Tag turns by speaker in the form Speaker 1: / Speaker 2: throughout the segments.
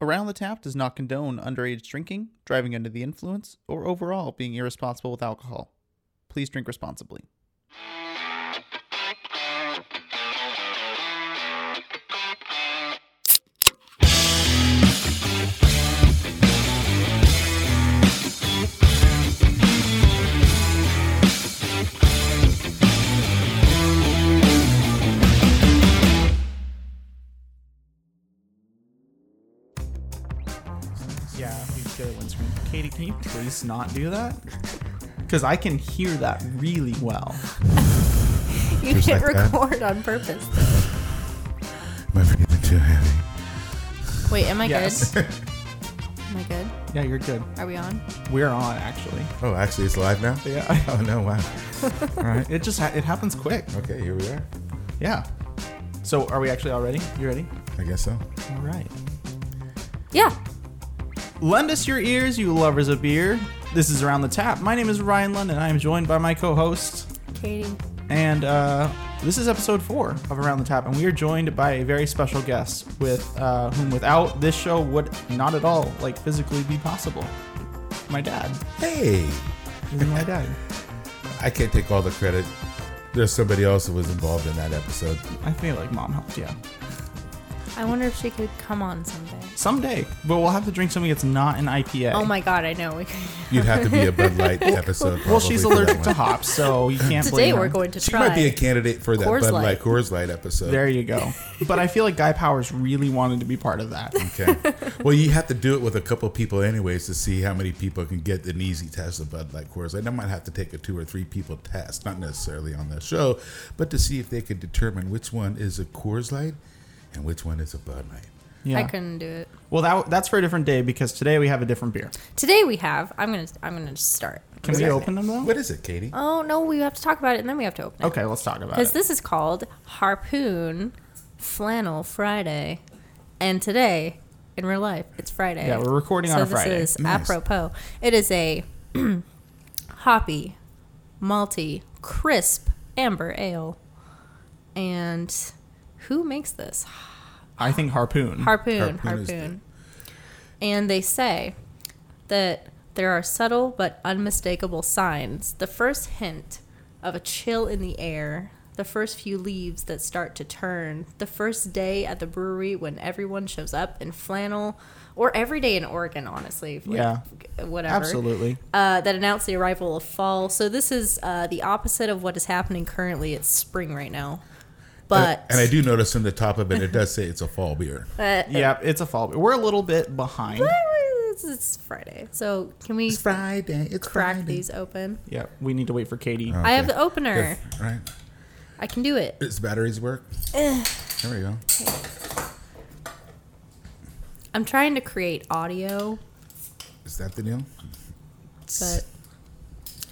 Speaker 1: Around the Tap does not condone underage drinking, driving under the influence, or overall being irresponsible with alcohol. Please drink responsibly.
Speaker 2: Yeah, we go windscreen. Katie, can you please not do that? Because I can hear that really well.
Speaker 3: You
Speaker 4: Just
Speaker 3: hit
Speaker 4: like that.
Speaker 3: record on purpose.
Speaker 4: Am I breathing too heavy?
Speaker 3: Wait, am I
Speaker 2: Yes.
Speaker 3: good? Am I good?
Speaker 2: Yeah, you're good.
Speaker 3: Are we on?
Speaker 2: We're on actually.
Speaker 4: Oh, actually, it's live now?
Speaker 2: Yeah.
Speaker 4: Oh, no, wow.
Speaker 2: All right. It just ha- it happens quick.
Speaker 4: Okay, here we are.
Speaker 2: Yeah. So are we actually all ready? You ready?
Speaker 4: I guess so.
Speaker 2: All right.
Speaker 3: Yeah.
Speaker 2: Lend us your ears, you lovers of beer. This is Around the Tap. My name is Ryan London. I am joined by my co-host,
Speaker 3: Katie.
Speaker 2: and uh, this is episode four of Around the Tap, and we are joined by a very special guest with uh, whom, without this show, would not at all like physically be possible. My dad.
Speaker 4: Hey,
Speaker 2: This is my dad.
Speaker 4: I can't take all the credit. There's somebody else who was involved in that episode.
Speaker 2: I feel like mom helped. Yeah.
Speaker 3: I wonder if she could come on someday.
Speaker 2: Someday, but we'll have to drink something that's not an IPA.
Speaker 3: Oh my god, I know. We
Speaker 4: You'd have to be a Bud Light episode.
Speaker 2: Well, she's
Speaker 4: probably for that
Speaker 2: allergic to
Speaker 4: one.
Speaker 2: hops, so you can't.
Speaker 3: Today
Speaker 2: blame
Speaker 3: we're
Speaker 2: her.
Speaker 3: going to
Speaker 4: She
Speaker 3: try.
Speaker 4: might be a candidate for that
Speaker 3: Coors
Speaker 4: Bud Light
Speaker 3: Light.
Speaker 4: Coors Light episode.
Speaker 2: There you go. But I feel like Guy Powers really wanted to be part of that.
Speaker 4: Okay. well, you have to do it with a couple people, anyways, to see how many people can get an easy test of Bud Light Coors Light. I might have to take a two or three people test, not necessarily on the show, but to see if they could determine which one is a Coors Light and which one is a Bud Light.
Speaker 2: Yeah.
Speaker 3: I couldn't do it.
Speaker 2: Well, that, that's for a different day because today we have a different beer.
Speaker 3: Today we have. I'm gonna. I'm gonna start.
Speaker 2: Can we open them though?
Speaker 4: What is it, Katie?
Speaker 3: Oh no, we have to talk about it and then we have to open it.
Speaker 2: Okay, let's talk about
Speaker 3: Because
Speaker 2: it.
Speaker 3: this is called Harpoon Flannel Friday, and today in real life it's Friday.
Speaker 2: Yeah, we're recording
Speaker 3: so
Speaker 2: on a
Speaker 3: this
Speaker 2: Friday.
Speaker 3: is
Speaker 4: Nice.
Speaker 3: apropos. It is a hoppy, malty, crisp amber ale, and who makes this?
Speaker 2: I think harpoon.
Speaker 3: Harpoon,
Speaker 4: Harpoon is the-
Speaker 3: harpoon. And they say that there are subtle but unmistakable signs. The first hint of a chill in the air, the first few leaves that start to turn, the first day at the brewery when everyone shows up in flannel, or every day in Oregon, honestly. like,
Speaker 2: Yeah.
Speaker 3: Whatever.
Speaker 2: Absolutely.
Speaker 3: Uh, that announced the arrival of fall. So this is uh, the opposite of what is happening currently. It's spring right now. But
Speaker 4: and, I do notice on the top of it, it does say it's a fall beer.
Speaker 3: uh,
Speaker 2: Yep, it's a fall beer. We're a little bit behind.
Speaker 3: It's, it's Friday, so can we
Speaker 4: It's Friday. It's
Speaker 3: crack
Speaker 4: Friday.
Speaker 3: these open?
Speaker 2: Yep, we need to wait for Katie.
Speaker 4: Oh.
Speaker 3: I have the opener.
Speaker 4: If- Right.
Speaker 3: I can do it.
Speaker 4: Its batteries work. there we go.
Speaker 3: I'm trying to create audio,
Speaker 4: Is that the deal?
Speaker 3: but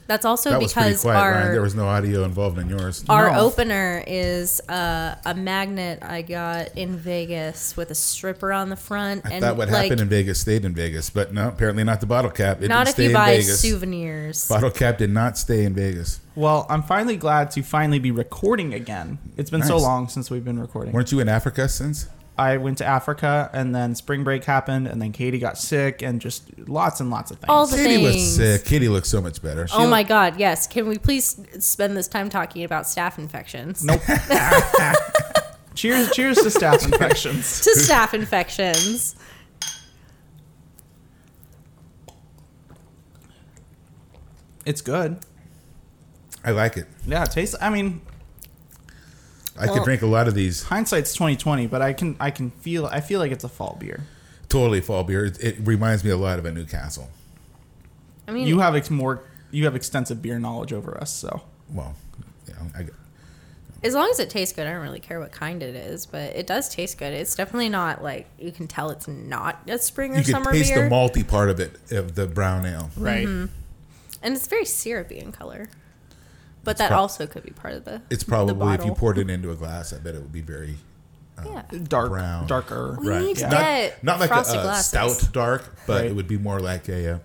Speaker 3: that's also
Speaker 4: that was pretty
Speaker 3: because
Speaker 4: quiet,
Speaker 3: our
Speaker 4: Ryan. There was no audio involved in yours.
Speaker 3: our
Speaker 2: No.
Speaker 3: opener is uh, a magnet I got in Vegas with a stripper on the front,
Speaker 4: I
Speaker 3: and
Speaker 4: thought what
Speaker 3: like
Speaker 4: happened in Vegas stayed in Vegas, but no, apparently not the bottle cap. It
Speaker 3: not
Speaker 4: didn't
Speaker 3: if
Speaker 4: stay
Speaker 3: you
Speaker 4: in
Speaker 3: buy
Speaker 4: Vegas.
Speaker 3: souvenirs.
Speaker 4: Bottle cap did not stay in Vegas.
Speaker 2: Well, I'm finally glad to finally be recording again. It's been so
Speaker 4: Nice.
Speaker 2: long since we've been recording.
Speaker 4: Weren't you in Africa since?
Speaker 2: I went to Africa, and then spring break happened, and then Katie got sick, and just lots and lots of things.
Speaker 3: All the
Speaker 4: Katie
Speaker 3: things.
Speaker 4: was sick. Katie looked so much better.
Speaker 3: Oh my God! Yes, can we please spend this time talking about staph infections?
Speaker 2: nope. cheers! Cheers to staff infections.
Speaker 3: to staph infections.
Speaker 2: It's good.
Speaker 4: I like it.
Speaker 2: Yeah, it tastes. I mean,
Speaker 4: I could
Speaker 3: Well-
Speaker 4: drink a lot of these.
Speaker 2: hindsight's 2020, but I can I can feel I feel like it's a fall beer.
Speaker 4: Totally fall beer. It, it reminds me a lot of a Newcastle.
Speaker 3: I mean,
Speaker 2: You have ex- more you have extensive beer knowledge over us, so
Speaker 4: Well, you know, I,
Speaker 3: As long as it tastes good, I don't really care what kind it is, but it does taste good. It's definitely not like you can tell it's not a spring or
Speaker 4: you could
Speaker 3: summer
Speaker 4: taste
Speaker 3: beer,
Speaker 4: the malty part of it of the brown ale.
Speaker 2: right.
Speaker 3: and it's very syrupy in color. But that
Speaker 4: prob-
Speaker 3: also could be part of the.
Speaker 4: It's probably if you
Speaker 3: bottle.
Speaker 4: poured it into a glass, I bet it would be very
Speaker 3: yeah.
Speaker 2: Dark
Speaker 4: Brown.
Speaker 2: darker.
Speaker 3: We need to
Speaker 4: not,
Speaker 3: get
Speaker 4: not like a,
Speaker 3: frosted
Speaker 4: uh
Speaker 3: glasses.
Speaker 4: stout dark, but
Speaker 2: Right.
Speaker 4: it would be more like a uh,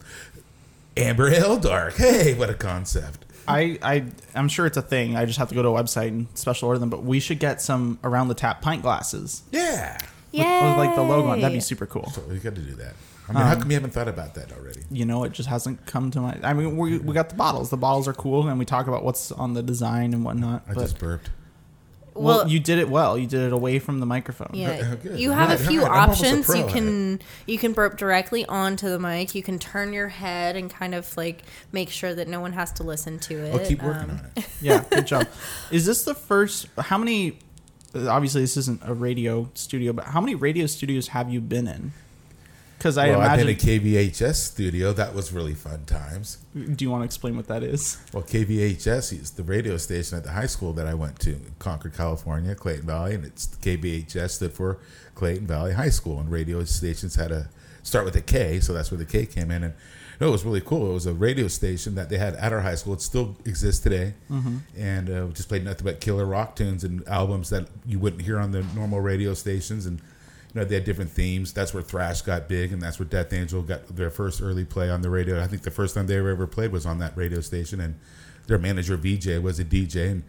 Speaker 4: amber ale dark. Hey, what a concept!
Speaker 2: I I I'm sure it's a thing. I just have to go to a website and special order them, but we should get some around the tap pint glasses.
Speaker 4: Yeah,
Speaker 2: with, with like the logo on. That'd
Speaker 3: Yay.
Speaker 2: be super cool.
Speaker 4: So you got to do that. I mean, how
Speaker 2: Um,
Speaker 4: come you haven't thought about that already?
Speaker 2: You know, it just hasn't come to my. I mean, we, we got the bottles. The bottles are cool, and we talk about what's on the design and whatnot.
Speaker 4: I
Speaker 2: but
Speaker 4: just burped.
Speaker 2: well,
Speaker 3: Well-
Speaker 2: you did it well. You did it away from the microphone.
Speaker 3: Yeah,
Speaker 4: Oh, Good.
Speaker 3: you have a
Speaker 4: Right,
Speaker 3: few
Speaker 4: right. I'm almost a
Speaker 3: options.
Speaker 4: pro
Speaker 3: You
Speaker 4: at
Speaker 3: can you can burp directly onto the mic. You can turn your head and kind of like make sure that no one has to listen to it.
Speaker 4: I'll Oh, keep working
Speaker 3: Um,
Speaker 4: on it.
Speaker 2: Yeah, good job. Is this the first? How many? Obviously, this isn't a radio studio, but how many radio studios have you been in? Because I
Speaker 4: well, I've
Speaker 2: imagine.
Speaker 4: been at KVHS studio. That was really fun times.
Speaker 2: do you want to explain what that is?
Speaker 4: Well, KVHS is the radio station at the high school that I went to in Concord, California, Clayton Valley, and it's KVHS stood for Clayton Valley High School, and radio stations had a start with a K, so that's where the K came in. And no, it was really cool. It was a radio station that they had at our high school. It still exists today, and uh, just played nothing but killer rock tunes and albums that you wouldn't hear on the normal radio stations, and you know, they had different themes. That's where thrash got big, and that's where Death Angel got their first early play on the radio. I think the first time they were ever played was on that radio station, and their manager VJ was a DJ. And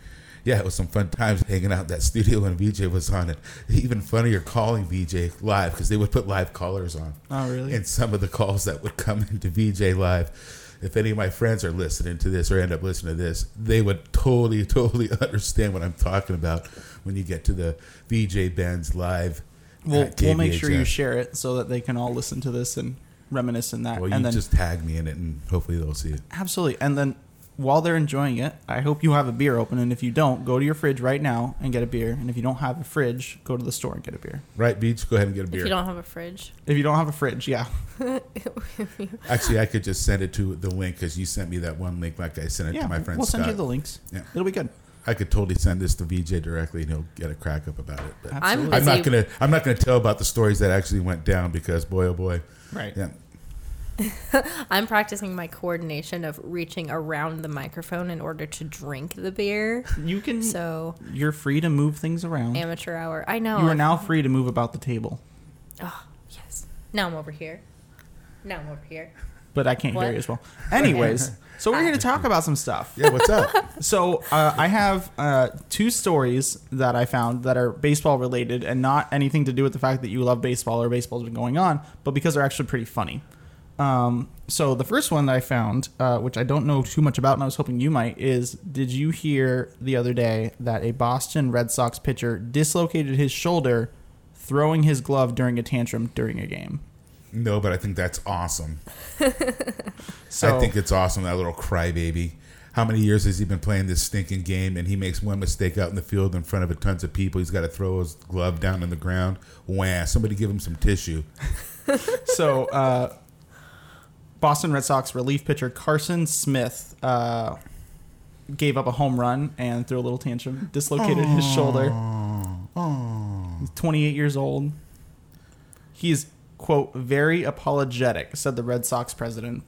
Speaker 4: yeah, it was some fun times hanging out in that studio when VJ was on it. Even funnier calling VJ live because they would put live callers on.
Speaker 2: Oh, really?
Speaker 4: And some of the calls that would come into VJ live. If any of my friends are listening to this or end up listening to this, they would totally, totally understand what I'm talking about when you get to the VJ bands live
Speaker 2: We'll,
Speaker 4: at
Speaker 2: we'll make sure you
Speaker 4: KVHS.
Speaker 2: share it so that they can all listen to this and reminisce in that.
Speaker 4: Well,
Speaker 2: and
Speaker 4: you
Speaker 2: then
Speaker 4: just tag me in it, and hopefully they'll see it.
Speaker 2: absolutely. And then while they're enjoying it, I hope you have a beer open. And if you don't, go to your fridge right now and get a beer. And if you don't have a fridge, go to the store and get a beer.
Speaker 4: Right, Beach? Go ahead and get a
Speaker 3: If you
Speaker 4: beer.
Speaker 3: don't have a fridge,
Speaker 2: If you don't have a fridge, yeah,
Speaker 4: Actually, I could just send it to the link because you sent me that one link, like I sent it
Speaker 2: yeah,
Speaker 4: to my friend
Speaker 2: we'll
Speaker 4: Scott.
Speaker 2: send you the links.
Speaker 4: Yeah.
Speaker 2: it'll be good.
Speaker 4: I could totally send this to VJ directly, and he'll get a crack up about it. But
Speaker 3: I'm
Speaker 2: Absolutely.
Speaker 3: busy.
Speaker 4: I'm not gonna I'm not gonna tell about the stories that actually went down because boy oh boy,
Speaker 2: Right.
Speaker 4: yeah,
Speaker 3: I'm practicing my coordination of reaching around the microphone in order to drink the beer.
Speaker 2: You can.
Speaker 4: Mm.
Speaker 3: So
Speaker 2: You're free to move things around.
Speaker 3: amateur hour. I know.
Speaker 2: You are now free to move about the table,
Speaker 3: Oh yes. Now I'm over here. Now I'm over here.
Speaker 2: but I can't hear
Speaker 3: What?
Speaker 2: you as well. Anyways, so we're here to talk about some stuff.
Speaker 4: yeah. What's up?
Speaker 2: So uh, I have uh, two stories that I found that are baseball related and not anything to do with the fact that you love baseball or baseball's been going on, but because they're actually pretty funny. Um, so the first one that I found, uh, which I don't know too much about, and I was hoping you might, is did you hear the other day that a Boston Red Sox pitcher dislocated his shoulder throwing his glove during a tantrum during a game?
Speaker 4: no, but I think that's awesome.
Speaker 2: So
Speaker 4: I think it's awesome that little crybaby. How many years has he been playing this stinking game? And he makes one mistake out in the field in front of a tons of people. He's got to throw his glove down on the ground. Wah! Somebody give him some tissue.
Speaker 2: so uh, Boston Red Sox relief pitcher Carson Smith uh, gave up a home run and threw a little tantrum, dislocated his shoulder. He's 28 years old. He's quote very apologetic, said the Red Sox president.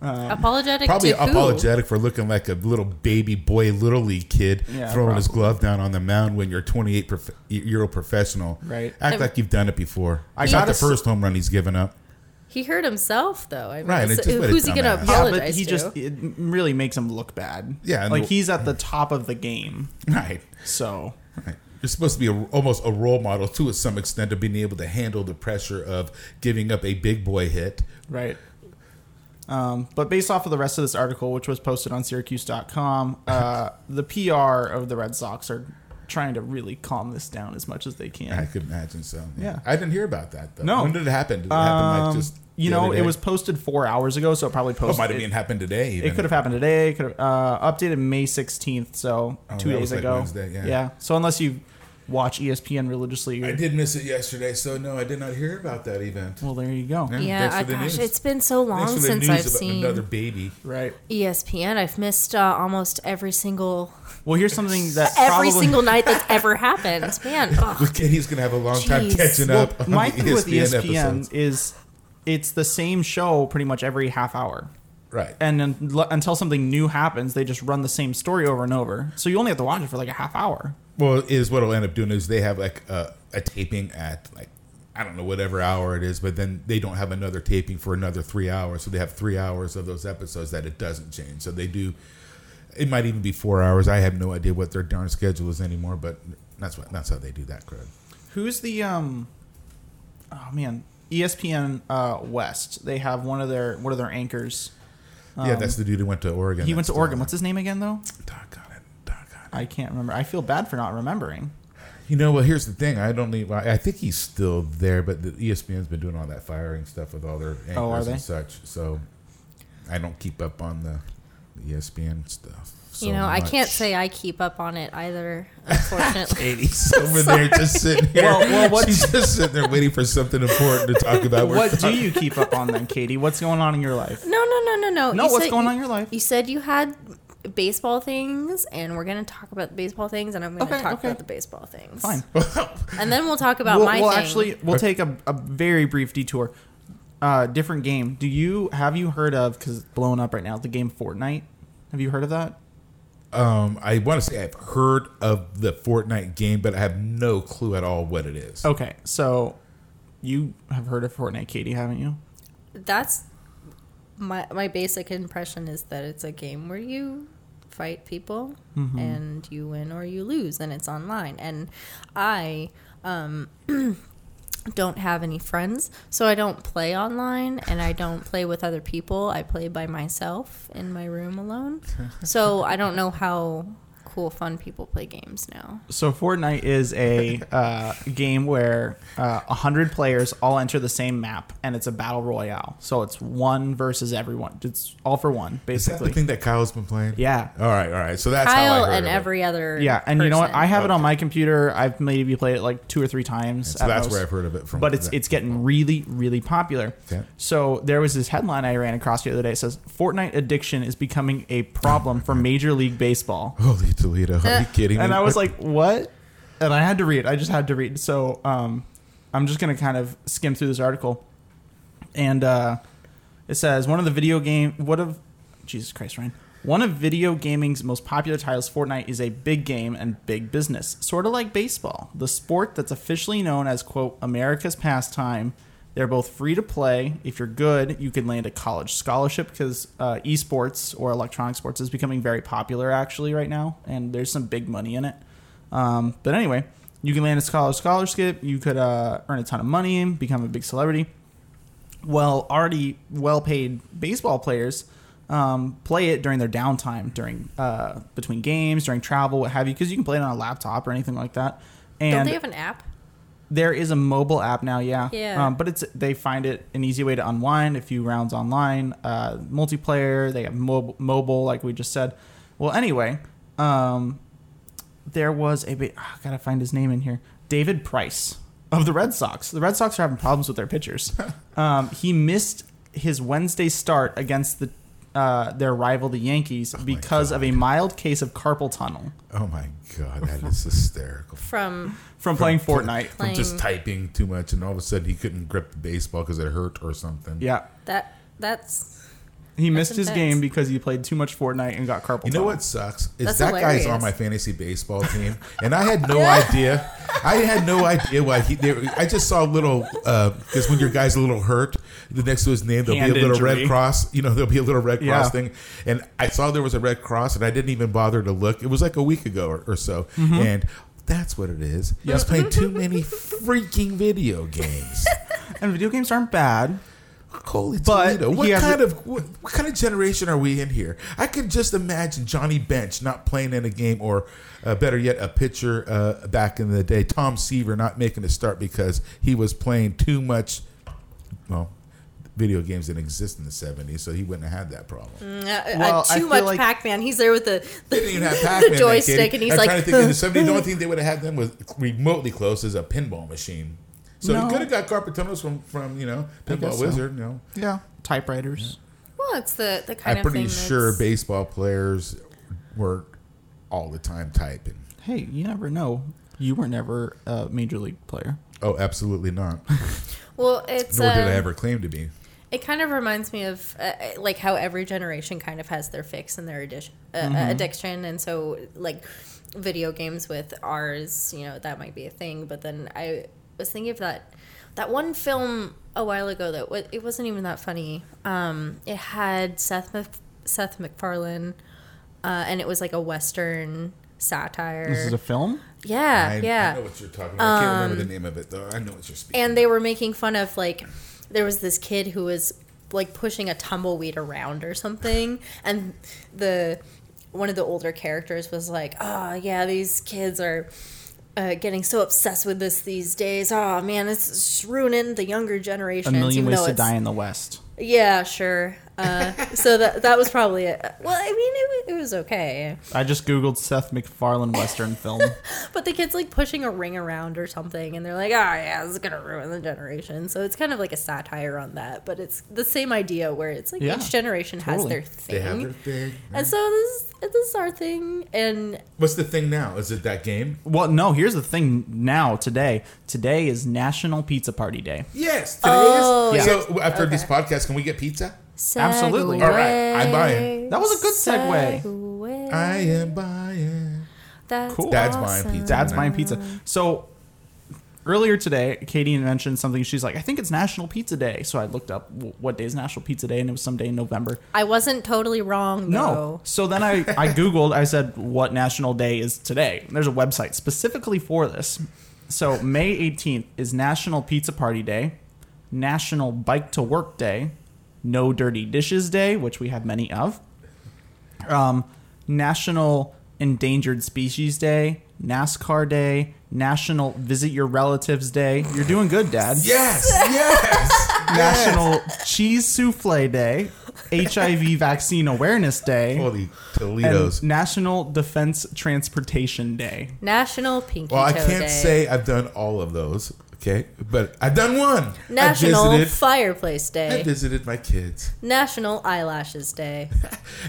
Speaker 3: apologetic
Speaker 4: Um, Probably
Speaker 3: to who?
Speaker 4: apologetic for looking like a little baby boy, little league kid
Speaker 2: Yeah,
Speaker 4: throwing his
Speaker 2: probably.
Speaker 4: glove down on the mound when you're a 28 prof- year old professional.
Speaker 2: Right.
Speaker 4: Act
Speaker 3: Um,
Speaker 4: like you've done it before.
Speaker 2: I
Speaker 4: It's not
Speaker 2: gotta
Speaker 4: the
Speaker 2: s-
Speaker 4: first home run he's given up.
Speaker 3: He hurt himself though. I mean,
Speaker 4: Right,
Speaker 3: so
Speaker 4: it's just what a
Speaker 3: who's he gonna
Speaker 4: dumbass.
Speaker 2: Yeah,
Speaker 3: apologize
Speaker 2: but he
Speaker 3: to?
Speaker 2: just it really makes him look bad.
Speaker 4: Yeah, and
Speaker 2: like
Speaker 4: the-
Speaker 2: he's at the top of the game.
Speaker 4: Right.
Speaker 2: So
Speaker 4: Right. You're supposed to be a, almost a role model to some extent of being able to handle the pressure of giving up a big boy hit.
Speaker 2: Right. Um, but based off of the rest of this article, which was posted on Syracuse.com, uh, the PR of the Red Sox are trying to really calm this down as much as they can.
Speaker 4: I could imagine so.
Speaker 2: Yeah.
Speaker 4: I didn't hear about that though.
Speaker 2: No.
Speaker 4: When did it happen? Did it happen like
Speaker 2: Um,
Speaker 4: just
Speaker 2: you
Speaker 4: the
Speaker 2: know,
Speaker 4: other
Speaker 2: it
Speaker 4: day?
Speaker 2: was posted four hours ago, so it probably
Speaker 4: Oh, it
Speaker 2: posted.
Speaker 4: might have even happened today. Even.
Speaker 2: It could have happened today. It could have uh, updated May 16th, so
Speaker 4: Oh,
Speaker 2: two
Speaker 4: that
Speaker 2: days
Speaker 4: was like
Speaker 2: ago.
Speaker 4: Wednesday, yeah.
Speaker 2: So unless you watch E ESPN religiously,
Speaker 4: I
Speaker 2: you're,
Speaker 4: did miss it yesterday, so no, I did not hear about that event.
Speaker 2: well, there you go.
Speaker 3: yeah,
Speaker 4: Thanks
Speaker 3: I,
Speaker 4: for the
Speaker 3: gosh,
Speaker 4: news.
Speaker 3: it's been so long
Speaker 4: Thanks for the
Speaker 3: since
Speaker 4: news
Speaker 3: I've
Speaker 4: about
Speaker 3: seen E
Speaker 4: another baby.
Speaker 2: Right.
Speaker 3: ESPN. I've missed uh, almost every single
Speaker 2: Well, here's something that
Speaker 3: every
Speaker 2: probably,
Speaker 3: single night that's ever happened. Man, ugh.
Speaker 4: Look, he's gonna have a long time
Speaker 3: Jeez.
Speaker 4: catching
Speaker 2: Well,
Speaker 4: up. on
Speaker 2: my
Speaker 4: the E
Speaker 2: thing with E ESPN
Speaker 4: episodes.
Speaker 2: is it's the same show pretty much every half hour.
Speaker 4: right?
Speaker 2: And un- until something new happens, they just run the same story over and over. So you only have to watch it for like a half hour.
Speaker 4: Well, is what'll end up doing is they have like a, a taping at like I don't know whatever hour it is, but then they don't have another taping for another three hours, so they have three hours of those episodes that it doesn't change. So they do. It might even be four hours. I have no idea what their darn schedule is anymore, but that's what that's how they do that crud.
Speaker 2: Who's the um? Oh man, ESPN uh, West. They have one of their one of their anchors.
Speaker 4: yeah, that's the dude who went to Oregon.
Speaker 2: Um, He went
Speaker 4: that's
Speaker 2: to
Speaker 4: still
Speaker 2: Oregon.
Speaker 4: there.
Speaker 2: What's his name again though?
Speaker 4: Doggone it. Doggone it.
Speaker 2: I can't remember. I feel bad for not remembering.
Speaker 4: You know, well, here's the thing. I don't need. I I think he's still there, but the E ESPN's been doing all that firing stuff with all their anchors
Speaker 2: Oh, are they?
Speaker 4: and such. So I don't keep up on the E ESPN stuff. so
Speaker 3: you know, I
Speaker 4: much.
Speaker 3: can't say I keep up on it either, unfortunately.
Speaker 4: Katie's over there just sitting here.
Speaker 2: Well, well, what-
Speaker 4: She's just sitting there waiting for something important to talk about. We're
Speaker 2: What
Speaker 4: talking-
Speaker 2: do you keep up on then, Katie? What's going on in your life?
Speaker 3: no, no, no, no, no.
Speaker 2: No,
Speaker 3: You
Speaker 2: what's
Speaker 3: said-
Speaker 2: going on in your life?
Speaker 3: You said you had baseball things, and we're going to talk about the baseball things, and I'm going to
Speaker 2: Okay,
Speaker 3: talk
Speaker 2: okay.
Speaker 3: about the baseball things.
Speaker 2: Fine.
Speaker 3: And then we'll talk about
Speaker 2: we'll,
Speaker 3: my
Speaker 2: we'll
Speaker 3: thing.
Speaker 2: actually we'll take a, a very brief detour. Uh, different game. Do you have you heard of? Because it's blown up right now. The game Fortnite. Have you heard of that?
Speaker 4: Um, I want to say I've heard of the Fortnite game, but I have no clue at all what it is.
Speaker 2: Okay, so you have heard of Fortnite, Katie, haven't you?
Speaker 3: That's my my basic impression is that it's a game where you fight people
Speaker 4: Mm-hmm.
Speaker 3: and you win or you lose, and it's online. And I um, don't have any friends, so I don't play online, and I don't play with other people. I play by myself in my room alone. So I don't know how cool, fun people play games now.
Speaker 2: So Fortnite is a uh, game where uh, hundred players all enter the same map, and it's a battle royale. So it's one versus everyone. It's all for one,
Speaker 4: Is that
Speaker 2: basically.
Speaker 4: the thing that Kyle's been playing?
Speaker 2: Yeah.
Speaker 4: All right, all right. So that's how
Speaker 3: Kyle
Speaker 4: I heard
Speaker 3: and
Speaker 4: of it.
Speaker 3: every other
Speaker 2: Yeah, and you know what?
Speaker 3: person.
Speaker 2: I have it on my computer. I've maybe played it like two or three times.
Speaker 4: So
Speaker 2: at
Speaker 4: that's
Speaker 2: most.
Speaker 4: where I've heard of it from.
Speaker 2: but it's it's getting really really popular.
Speaker 4: Okay.
Speaker 2: So there was this headline I ran across the other day. It says Fortnite addiction is becoming a problem for Major League Baseball,
Speaker 4: holy Toledo. Are you kidding me?
Speaker 2: and I was like, what? And I had to read. I just had to read. So um, I'm just gonna kind of skim through this article, and uh, it says one of the video game what of Jesus Christ, Ryan. One of video gaming's most popular titles, Fortnite, is a big game and big business, sort of like baseball, the sport that's officially known as quote America's pastime. They're both free to play. If you're good, you can land a college scholarship because uh, esports or electronic sports is becoming very popular actually right now, and there's some big money in it. Um, but anyway, you can land a college scholarship. You could uh, earn a ton of money, become a big celebrity well already well paid baseball players um, play it during their downtime during uh, between games during travel what have you because you can play it on a laptop or anything like that and
Speaker 3: Don't they have an app?
Speaker 2: there is a mobile app now, yeah.
Speaker 3: Yeah.
Speaker 2: Um, but it's they find it an easy way to unwind a few rounds online, uh, multiplayer. They have mob- mobile, like we just said. Well, anyway, um, there was a bit. I gotta find his name in here. David Price of the Red Sox. The Red Sox are having problems with their pitchers. um, he missed his Wednesday start against the uh, their rival, the Yankees, because of a mild case of carpal tunnel
Speaker 4: oh my god, that is hysterical.
Speaker 3: From
Speaker 2: from playing Fortnite.
Speaker 4: From just
Speaker 3: Playing-
Speaker 4: typing too much, and all of a sudden he couldn't grip the baseball because it hurt or something.
Speaker 2: Yeah.
Speaker 3: that that's
Speaker 2: He missed his
Speaker 3: intense.
Speaker 2: game because he played too much Fortnite and got carpal.
Speaker 4: You know
Speaker 2: tunnel.
Speaker 4: what sucks is
Speaker 3: That's
Speaker 4: that guy's on
Speaker 3: hilarious.
Speaker 4: my fantasy baseball team, and I had no idea. I had no idea why he. They, I just saw a little because when your guy's a little hurt, the next to his name there'll
Speaker 2: Hand
Speaker 4: be a little
Speaker 2: injury.
Speaker 4: red cross. You know, there'll be a little red cross
Speaker 2: Yeah.
Speaker 4: thing, and I saw there was a red cross, and I didn't even bother to look. It was like a week ago or, or so,
Speaker 2: Mm-hmm.
Speaker 4: and that's what it is. He's playing too many freaking video games.
Speaker 2: And video games aren't bad.
Speaker 4: Holy
Speaker 2: But
Speaker 4: Toledo! What
Speaker 2: he has
Speaker 4: kind of what, what kind of generation are we in here? I could just imagine Johnny Bench not playing in a game, or uh, better yet, a pitcher uh, back in the day, Tom Seaver not making a start because he was playing too much. Well, video games didn't exist in the '70s, so he wouldn't have had that problem.
Speaker 3: uh, uh,
Speaker 2: Well, I
Speaker 3: too
Speaker 2: feel
Speaker 3: much
Speaker 2: like-
Speaker 3: Pac-Man. He's there with the the,
Speaker 4: They didn't even have
Speaker 2: Mm.
Speaker 4: Pac-Man.
Speaker 3: the
Speaker 4: back
Speaker 3: joystick,
Speaker 4: then.
Speaker 3: and he's
Speaker 4: I'm
Speaker 3: like,
Speaker 4: trying to think in the '70s. The only thing they would have had them was remotely close is a pinball machine. So
Speaker 2: No.
Speaker 4: he could have got carpet tunnels from from you know
Speaker 2: guess
Speaker 4: pinball
Speaker 2: so.
Speaker 4: wizard. You know.
Speaker 2: Yeah, typewriters.
Speaker 3: well, it's the the kind
Speaker 4: I'm
Speaker 3: of
Speaker 4: pretty
Speaker 3: thing
Speaker 4: sure
Speaker 3: that's-
Speaker 4: baseball players were all the time typing.
Speaker 2: Hey, you never know. You were never a major league player.
Speaker 4: Oh, absolutely not.
Speaker 3: well, it's
Speaker 4: Nor did I
Speaker 3: um,
Speaker 4: ever claim to be.
Speaker 3: It kind of reminds me of uh, like how every generation kind of has their fix and their addiction, uh, uh, addiction, and so like video games with ours, you know, that might be a thing. But then I was thinking of that that one film a while ago that wa it wasn't even that funny. Um, it had Seth Mac- Seth MacFarlane, uh, and it was like a western satire.
Speaker 2: This is a film.
Speaker 3: Yeah,
Speaker 4: I,
Speaker 3: yeah. Um,
Speaker 4: I know what you're talking about. I can't remember the name of it though. I know what you're speaking.
Speaker 3: and they were making fun of like there was this kid who was like pushing a tumbleweed around or something and the one of the older characters was like oh yeah these kids are uh, getting so obsessed with this these days oh man it's just ruining the younger
Speaker 2: A
Speaker 3: generations
Speaker 2: million
Speaker 3: even
Speaker 2: ways
Speaker 3: though
Speaker 2: to
Speaker 3: it's-
Speaker 2: die in the West.
Speaker 3: yeah sure uh, so that that was probably it well i mean it, wa- it was okay
Speaker 2: I just googled Seth MacFarlane Western film.
Speaker 3: but the kid's like pushing a ring around or something and they're like oh yeah this is gonna ruin the generation so it's kind of like a satire on that but it's the same idea where it's like
Speaker 2: Yeah,
Speaker 3: each generation has
Speaker 2: totally.
Speaker 3: their thing
Speaker 4: they
Speaker 3: Uh,
Speaker 4: have their thing.
Speaker 3: and so this is, this is our thing and
Speaker 4: What's the thing now? Is it that game?
Speaker 2: Well, no, here's the thing now, today. Today is National Pizza Party Day.
Speaker 4: Yes. Today
Speaker 3: Oh,
Speaker 4: is.
Speaker 3: Yeah.
Speaker 4: So after this podcast, can we get pizza?
Speaker 2: Absolutely.
Speaker 4: All right, I'm buying.
Speaker 2: That was a good segue.
Speaker 3: Segue.
Speaker 4: I am buying.
Speaker 3: That's
Speaker 2: Cool.
Speaker 4: Dad's buying
Speaker 3: awesome.
Speaker 4: pizza.
Speaker 2: Dad's
Speaker 3: Mm.
Speaker 2: buying pizza. So earlier today, Katie mentioned something. She's like, I think it's National Pizza Day. So I looked up w- what day is National Pizza Day, and it was someday in November.
Speaker 3: I wasn't totally wrong
Speaker 2: No.
Speaker 3: though.
Speaker 2: So then I, I Googled, I said, what national day is today? There's a website specifically for this. So May 18th is National Pizza Party Day, National Bike to Work Day, No Dirty Dishes Day, which we have many of, um, National Endangered Species Day, NASCAR Day, National Visit Your Relatives Day. You're doing good, Dad.
Speaker 4: Yes. Yes.
Speaker 2: National Cheese Souffle Day, HIV Vaccine Awareness Day.
Speaker 4: Holy
Speaker 2: And
Speaker 4: Toledo's.
Speaker 2: National Defense Transportation Day.
Speaker 3: National Pinky
Speaker 4: Well, I
Speaker 3: Toe
Speaker 4: can't
Speaker 3: Day.
Speaker 4: say I've done all of those. Okay, but I've done one. I
Speaker 3: National
Speaker 4: visited,
Speaker 3: Fireplace
Speaker 4: I
Speaker 3: Day.
Speaker 4: visited my kids.
Speaker 3: National Eyelashes Day.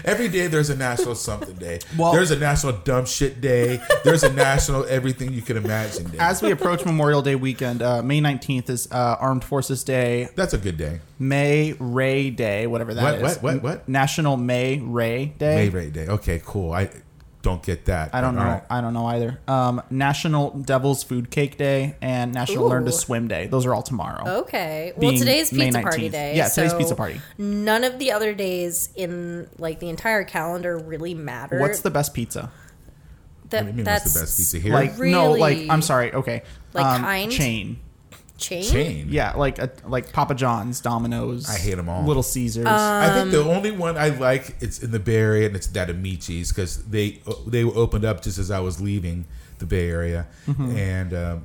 Speaker 4: Every day there's a national something day.
Speaker 2: Well-
Speaker 4: there's a national dumb shit day. There's a national everything you can imagine day.
Speaker 2: As we approach Memorial Day weekend, uh, May 19th is uh, Armed Forces Day,
Speaker 4: That's a good day.
Speaker 2: May Ray Day, whatever that
Speaker 4: What,
Speaker 2: is.
Speaker 4: what, what, what?
Speaker 2: National May Ray Day.
Speaker 4: May Ray Day. Okay, cool. I don't get that.
Speaker 2: I don't
Speaker 4: but
Speaker 2: know.
Speaker 4: all right.
Speaker 2: I don't know either. Um, National Devil's Food Cake Day and National Learn to
Speaker 3: Ooh. Oh,
Speaker 2: Swim Day. Those are all tomorrow.
Speaker 3: Okay.
Speaker 2: Being
Speaker 3: well, today's
Speaker 2: May
Speaker 3: pizza party
Speaker 2: 19th.
Speaker 3: day.
Speaker 2: Yeah, today's
Speaker 3: so
Speaker 2: pizza party.
Speaker 3: None of the other days in like the entire calendar really matter.
Speaker 2: What's the best pizza?
Speaker 3: That-
Speaker 4: What do you mean,
Speaker 3: that's
Speaker 4: what's the best pizza here?
Speaker 2: Like no, like
Speaker 3: Really?
Speaker 2: I'm sorry. Okay,
Speaker 3: Like
Speaker 2: um,
Speaker 3: kind?
Speaker 2: chain.
Speaker 3: chain?
Speaker 4: chain.
Speaker 2: Yeah, like a, like Papa John's, Domino's.
Speaker 4: I hate 'em all.
Speaker 2: Little Caesars.
Speaker 3: Uh,
Speaker 4: I think the
Speaker 2: Um,
Speaker 4: only one I like it's in the Bay Area and it's that Amici's because they uh, they opened up just as I was leaving the Bay Area
Speaker 2: Mm-hmm.
Speaker 4: and um,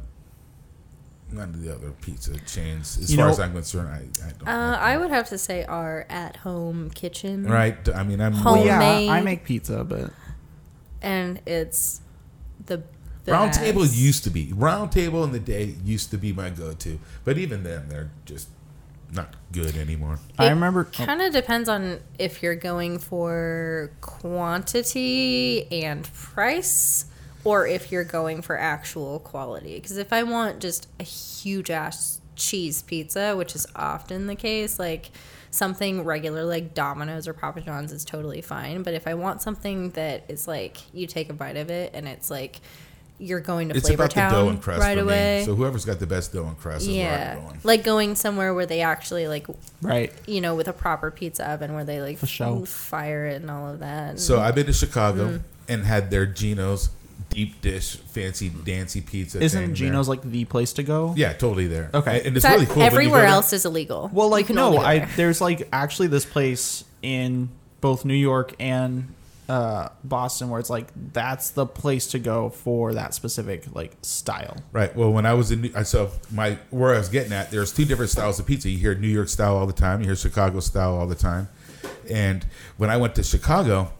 Speaker 4: none of the other pizza chains as
Speaker 2: You
Speaker 4: far
Speaker 2: know-
Speaker 4: as I'm concerned I, I don't
Speaker 3: Uh,
Speaker 4: like
Speaker 3: I would have to say our at home kitchen,
Speaker 4: them. right I mean I'm
Speaker 3: Home-
Speaker 4: more-
Speaker 2: Oh, yeah, I
Speaker 3: homemade.
Speaker 2: make pizza, but
Speaker 3: and it's the
Speaker 4: Round
Speaker 3: best.
Speaker 4: Table used to be Round Table in the day used to be my go to but even then they're just not good anymore
Speaker 2: I remember.
Speaker 4: Oh.
Speaker 3: Kind of depends on if you're going for quantity and price or if you're going for actual quality. Because if I want just a huge ass cheese pizza, which is often the case, like something regular like Domino's or Papa John's is totally fine. But if I want something that is like you take a bite of it and it's like you're going to
Speaker 4: it's
Speaker 3: Flavor
Speaker 4: about the dough
Speaker 3: Town
Speaker 4: and crust
Speaker 3: right
Speaker 4: for
Speaker 3: away.
Speaker 4: me so whoever's got the best dough and crust is where I'm
Speaker 3: yeah,
Speaker 4: going
Speaker 3: like going somewhere where they actually like
Speaker 2: right.
Speaker 3: you know, with a proper pizza oven where they like
Speaker 2: For sure.
Speaker 3: fire it and all of that.
Speaker 4: So I've been to Chicago
Speaker 3: Mm.
Speaker 4: and had their Geno's deep dish fancy dancy pizza. thing
Speaker 2: Isn't
Speaker 4: there.
Speaker 2: Geno's like the place to go?
Speaker 4: Yeah, totally there.
Speaker 2: Okay.
Speaker 4: and, and it's
Speaker 3: But
Speaker 4: really cool. when you
Speaker 3: everywhere
Speaker 4: go there.
Speaker 3: else is illegal.
Speaker 2: Well,
Speaker 3: You
Speaker 2: like
Speaker 3: can
Speaker 2: no,
Speaker 3: only go
Speaker 2: I
Speaker 3: there.
Speaker 2: there's like actually this place in both New York and uh, Boston where it's like that's the place to go for that specific like style.
Speaker 4: Right. Well, when I was in, New- so my where I was getting at, there's two different styles of pizza. You hear New York style all the time. You hear Chicago style all the time. And when I went to Chicago,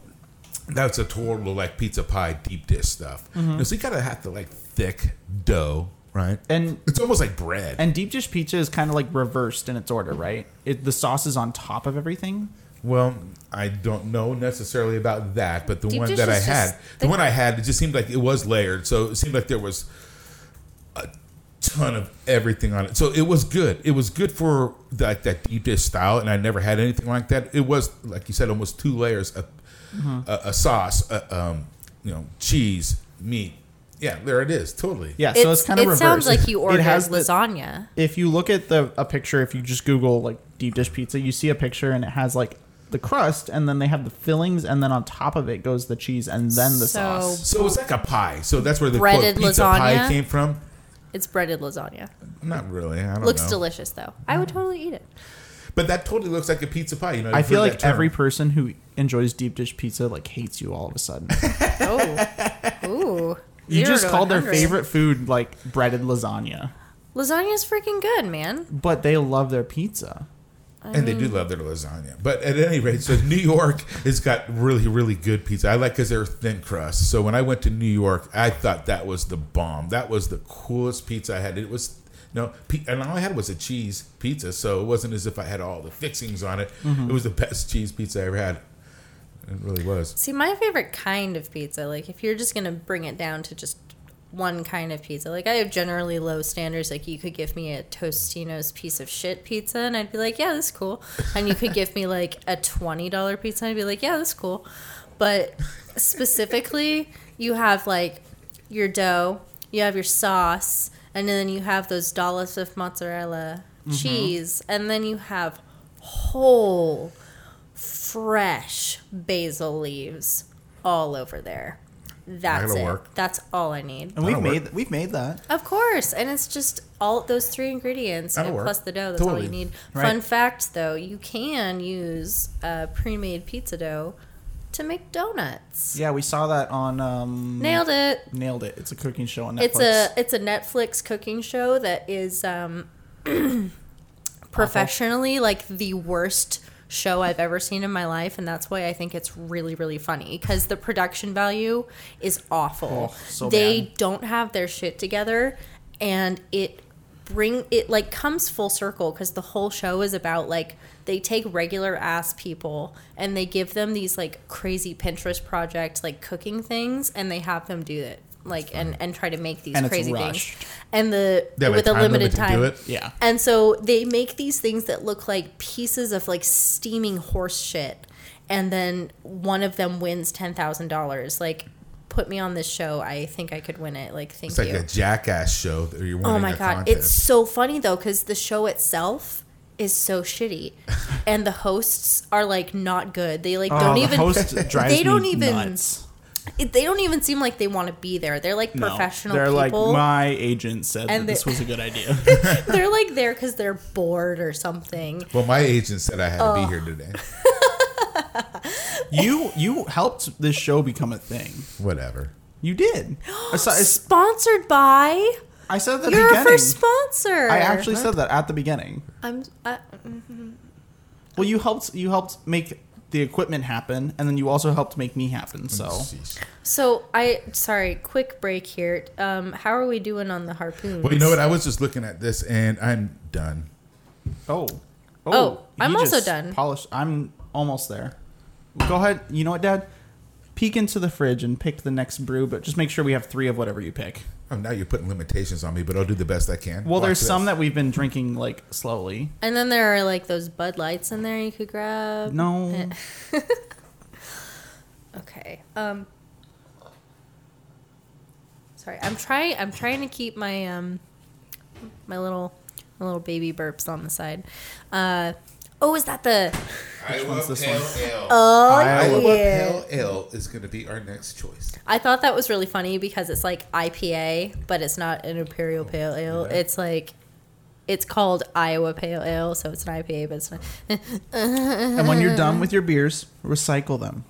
Speaker 4: that's a total like pizza pie deep dish stuff. And So you gotta have to like thick dough, right?
Speaker 2: And
Speaker 4: it's almost like bread.
Speaker 2: and deep dish pizza is kind of like reversed in its order, right? It, the sauce is on top of everything.
Speaker 4: Well, I don't know necessarily about that, but the
Speaker 3: Deep
Speaker 4: one
Speaker 3: dish
Speaker 4: that I
Speaker 3: is
Speaker 4: had,
Speaker 3: just
Speaker 4: the
Speaker 3: thick.
Speaker 4: one I had, it just seemed like it was layered. So it seemed like there was a ton of everything on it. So it was good. It was good for like that deep dish style, and I never had anything like that. It was like you said, almost two layers of
Speaker 3: Mm-hmm.
Speaker 4: a, a sauce, a, um, you know, cheese, meat. Yeah, there it is. Totally.
Speaker 2: Yeah, so
Speaker 3: It's-
Speaker 2: it's kind of
Speaker 3: it
Speaker 2: reversed.
Speaker 3: sounds like you ordered
Speaker 2: it has the-
Speaker 3: lasagna.
Speaker 2: if you look at the a picture, if you just Google like deep dish pizza, you see a picture and it has like the crust, and then they have the fillings, and then on top of it goes the cheese, and then the
Speaker 3: So-
Speaker 2: sauce.
Speaker 4: So it's like a pie. So that's where the
Speaker 3: Breaded
Speaker 4: quote, pizza pie
Speaker 3: lasagna?
Speaker 4: came from.
Speaker 3: It's breaded lasagna.
Speaker 4: Not really. I don't
Speaker 3: Looks
Speaker 4: know.
Speaker 3: delicious though. I would totally eat it.
Speaker 4: But that totally looks like a pizza pie. You know,
Speaker 2: I
Speaker 4: you've
Speaker 2: feel
Speaker 4: heard
Speaker 2: like
Speaker 4: that term.
Speaker 2: every person who enjoys deep dish pizza like hates you all of a sudden.
Speaker 3: Oh, ooh.
Speaker 2: You
Speaker 3: Zero
Speaker 2: just
Speaker 3: to
Speaker 2: called their
Speaker 3: 100.
Speaker 2: favorite food like breaded lasagna,
Speaker 3: Lasagna is freaking good, man.
Speaker 2: but they love their pizza.
Speaker 4: and they do love their lasagna. But at any rate, so New York has got really, really good pizza. I like because they're thin crust. So when I went to New York, I thought that was the bomb. That was the coolest pizza I had. It was no, pe- and all I had was a cheese pizza. So it wasn't as if I had all the fixings on it.
Speaker 2: Mm-hmm.
Speaker 4: It was the best cheese pizza I ever had. It really was.
Speaker 3: See, my favorite kind of pizza, like if you're just gonna bring it down to just one kind of pizza, like I have generally low standards. Like you could give me a Tostino's piece of shit pizza, and I'd be like, yeah, that's cool. And you could give me like a twenty dollar pizza, and I'd be like, yeah, that's cool. But specifically, you have like your dough, you have your sauce, and then you have those dollops of mozzarella
Speaker 4: Mm-hmm.
Speaker 3: cheese, and then you have whole fresh basil leaves all over there. That's
Speaker 4: That'll
Speaker 3: it.
Speaker 4: work.
Speaker 3: That's all I need.
Speaker 2: And
Speaker 4: That'll
Speaker 2: we've made
Speaker 4: work.
Speaker 2: we've made that.
Speaker 3: Of course, and it's just all those three ingredients
Speaker 4: That'll
Speaker 3: and
Speaker 4: work.
Speaker 3: plus the dough. That's all
Speaker 4: Totally.
Speaker 3: you need.
Speaker 2: Right.
Speaker 3: Fun fact, though, you can use uh, pre-made pizza dough to make donuts.
Speaker 2: Yeah, we saw that on um,
Speaker 3: Nailed it.
Speaker 2: Nailed it. It's a cooking show on Netflix.
Speaker 3: It's a it's a Netflix cooking show that is um, professionally like the worst show I've ever seen in my life, and that's why I think it's really really funny because the production value is awful.
Speaker 2: Oh, so
Speaker 3: they
Speaker 2: bad.
Speaker 3: don't have their shit together, and it bring it like comes full circle because the whole show is about like they take regular ass people and they give them these like crazy pinterest project like cooking things and they have them do it like and and try to make these
Speaker 2: And it's
Speaker 3: crazy things
Speaker 2: rushed.
Speaker 3: and the
Speaker 4: Yeah, but
Speaker 3: with a
Speaker 4: time
Speaker 3: limited
Speaker 4: limit to do
Speaker 3: time
Speaker 4: it?
Speaker 2: yeah.
Speaker 3: and so they make these things that look like pieces of like steaming horse shit. And then one of them wins $10,000. Like, put me on this show. I think I could win it. Like, thank
Speaker 4: It's like
Speaker 3: you.
Speaker 4: a jackass show that you're winning
Speaker 3: oh my
Speaker 4: a
Speaker 3: God.
Speaker 4: contest.
Speaker 3: It's so funny though, because the show itself is so shitty. and the hosts are like not good. They like don't
Speaker 2: Oh, the
Speaker 3: even.
Speaker 2: host drives
Speaker 3: they don't
Speaker 2: me
Speaker 3: even-
Speaker 2: nuts.
Speaker 3: it- they don't even seem like they want to be there. They're like
Speaker 2: No.
Speaker 3: professional
Speaker 2: They're
Speaker 3: people.
Speaker 2: like my agent said that
Speaker 3: And they-
Speaker 2: this was a good idea.
Speaker 3: they're like there because they're bored or something.
Speaker 4: well, my agent said I had to be here today.
Speaker 2: you you helped this show become a thing.
Speaker 4: Whatever.
Speaker 2: You did. I said,
Speaker 3: Sponsored by.
Speaker 2: I said at the
Speaker 3: You're our
Speaker 2: beginning.
Speaker 3: first sponsor.
Speaker 2: I actually said that at the beginning.
Speaker 3: I'm. uh, I,
Speaker 2: Well, you helped you helped make the equipment happen, and then you also helped make me happen. So
Speaker 4: Sheesh.
Speaker 3: so I. Sorry. Quick break here. Um, how are we doing on the harpoons?
Speaker 4: Well, you know what? I was just looking at this and I'm done.
Speaker 2: oh
Speaker 3: Oh,
Speaker 2: he
Speaker 3: I'm also
Speaker 2: just
Speaker 3: done.
Speaker 2: Polished. I'm almost there. Go ahead. You know what, Dad? Peek into the fridge and pick the next brew, but just make sure we have three of whatever you pick.
Speaker 4: Oh, now you're putting limitations on me, but I'll do the best I can.
Speaker 2: Well,
Speaker 4: Watch
Speaker 2: there's
Speaker 4: this.
Speaker 2: some that we've been drinking like slowly.
Speaker 3: and then there are like those Bud Lights in there you could grab. Eh.
Speaker 2: No,
Speaker 3: Okay. Um. Sorry. I'm trying. I'm trying to keep my um, my little, my little baby burps on the side. Uh. Oh, is that the?
Speaker 4: Iowa
Speaker 2: one's this
Speaker 4: Pale
Speaker 2: one?
Speaker 4: Ale.
Speaker 3: Oh,
Speaker 4: Iowa
Speaker 3: yeah.
Speaker 4: Pale Ale is going to be our next choice.
Speaker 3: I thought that was really funny because it's like IPA, but it's not an Imperial Pale Ale.
Speaker 4: Oh, Yeah.
Speaker 3: It's like it's called Iowa Pale Ale, so it's an IPA, but it's not.
Speaker 2: and when you're done with your beers, recycle them.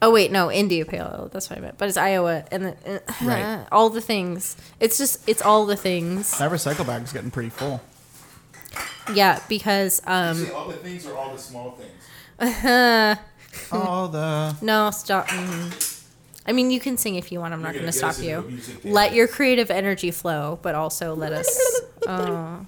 Speaker 3: Oh wait, no, India Pale Ale. That's what I meant. But it's Iowa, and the,
Speaker 2: Right.
Speaker 3: all the things. It's just it's all the things.
Speaker 2: That recycle bag's getting pretty full.
Speaker 3: Yeah, because um,
Speaker 4: See, all the things are all the small things.
Speaker 2: All the
Speaker 3: no stop. mm. I mean, you can sing if you want. I'm not
Speaker 4: You're
Speaker 3: going
Speaker 4: gonna
Speaker 3: to stop
Speaker 4: get us into a
Speaker 3: you.
Speaker 4: music game.
Speaker 3: Let your creative energy flow, but also let us. Oh,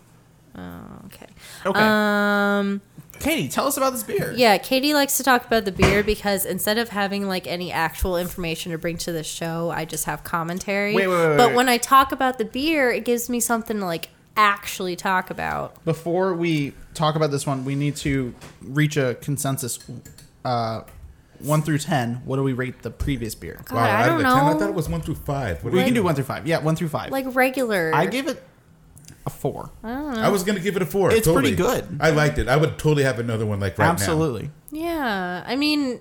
Speaker 3: oh, okay.
Speaker 2: okay.
Speaker 3: Um.
Speaker 2: Katie, tell us about this beer.
Speaker 3: Yeah, Katie likes to talk about the beer because instead of having like any actual information to bring to the show, I just have commentary.
Speaker 2: Wait, wait, wait,
Speaker 3: but
Speaker 2: wait.
Speaker 3: when I talk about the beer, it gives me something to like actually talk about.
Speaker 2: Before we talk about this one, we need to reach a consensus. Uh, one through ten. What do we rate the previous beer?
Speaker 3: God, I don't
Speaker 4: I
Speaker 3: know.
Speaker 4: thought it was one through five. What
Speaker 2: We
Speaker 4: did
Speaker 2: can
Speaker 4: you-
Speaker 2: do one through five. Yeah, one through five.
Speaker 3: like regular.
Speaker 2: I give it a four.
Speaker 4: I was going to give it a four.
Speaker 2: It's
Speaker 4: totally.
Speaker 2: pretty good.
Speaker 4: I liked it. I would totally have another one like right now.
Speaker 2: Absolutely.
Speaker 3: Yeah, I mean,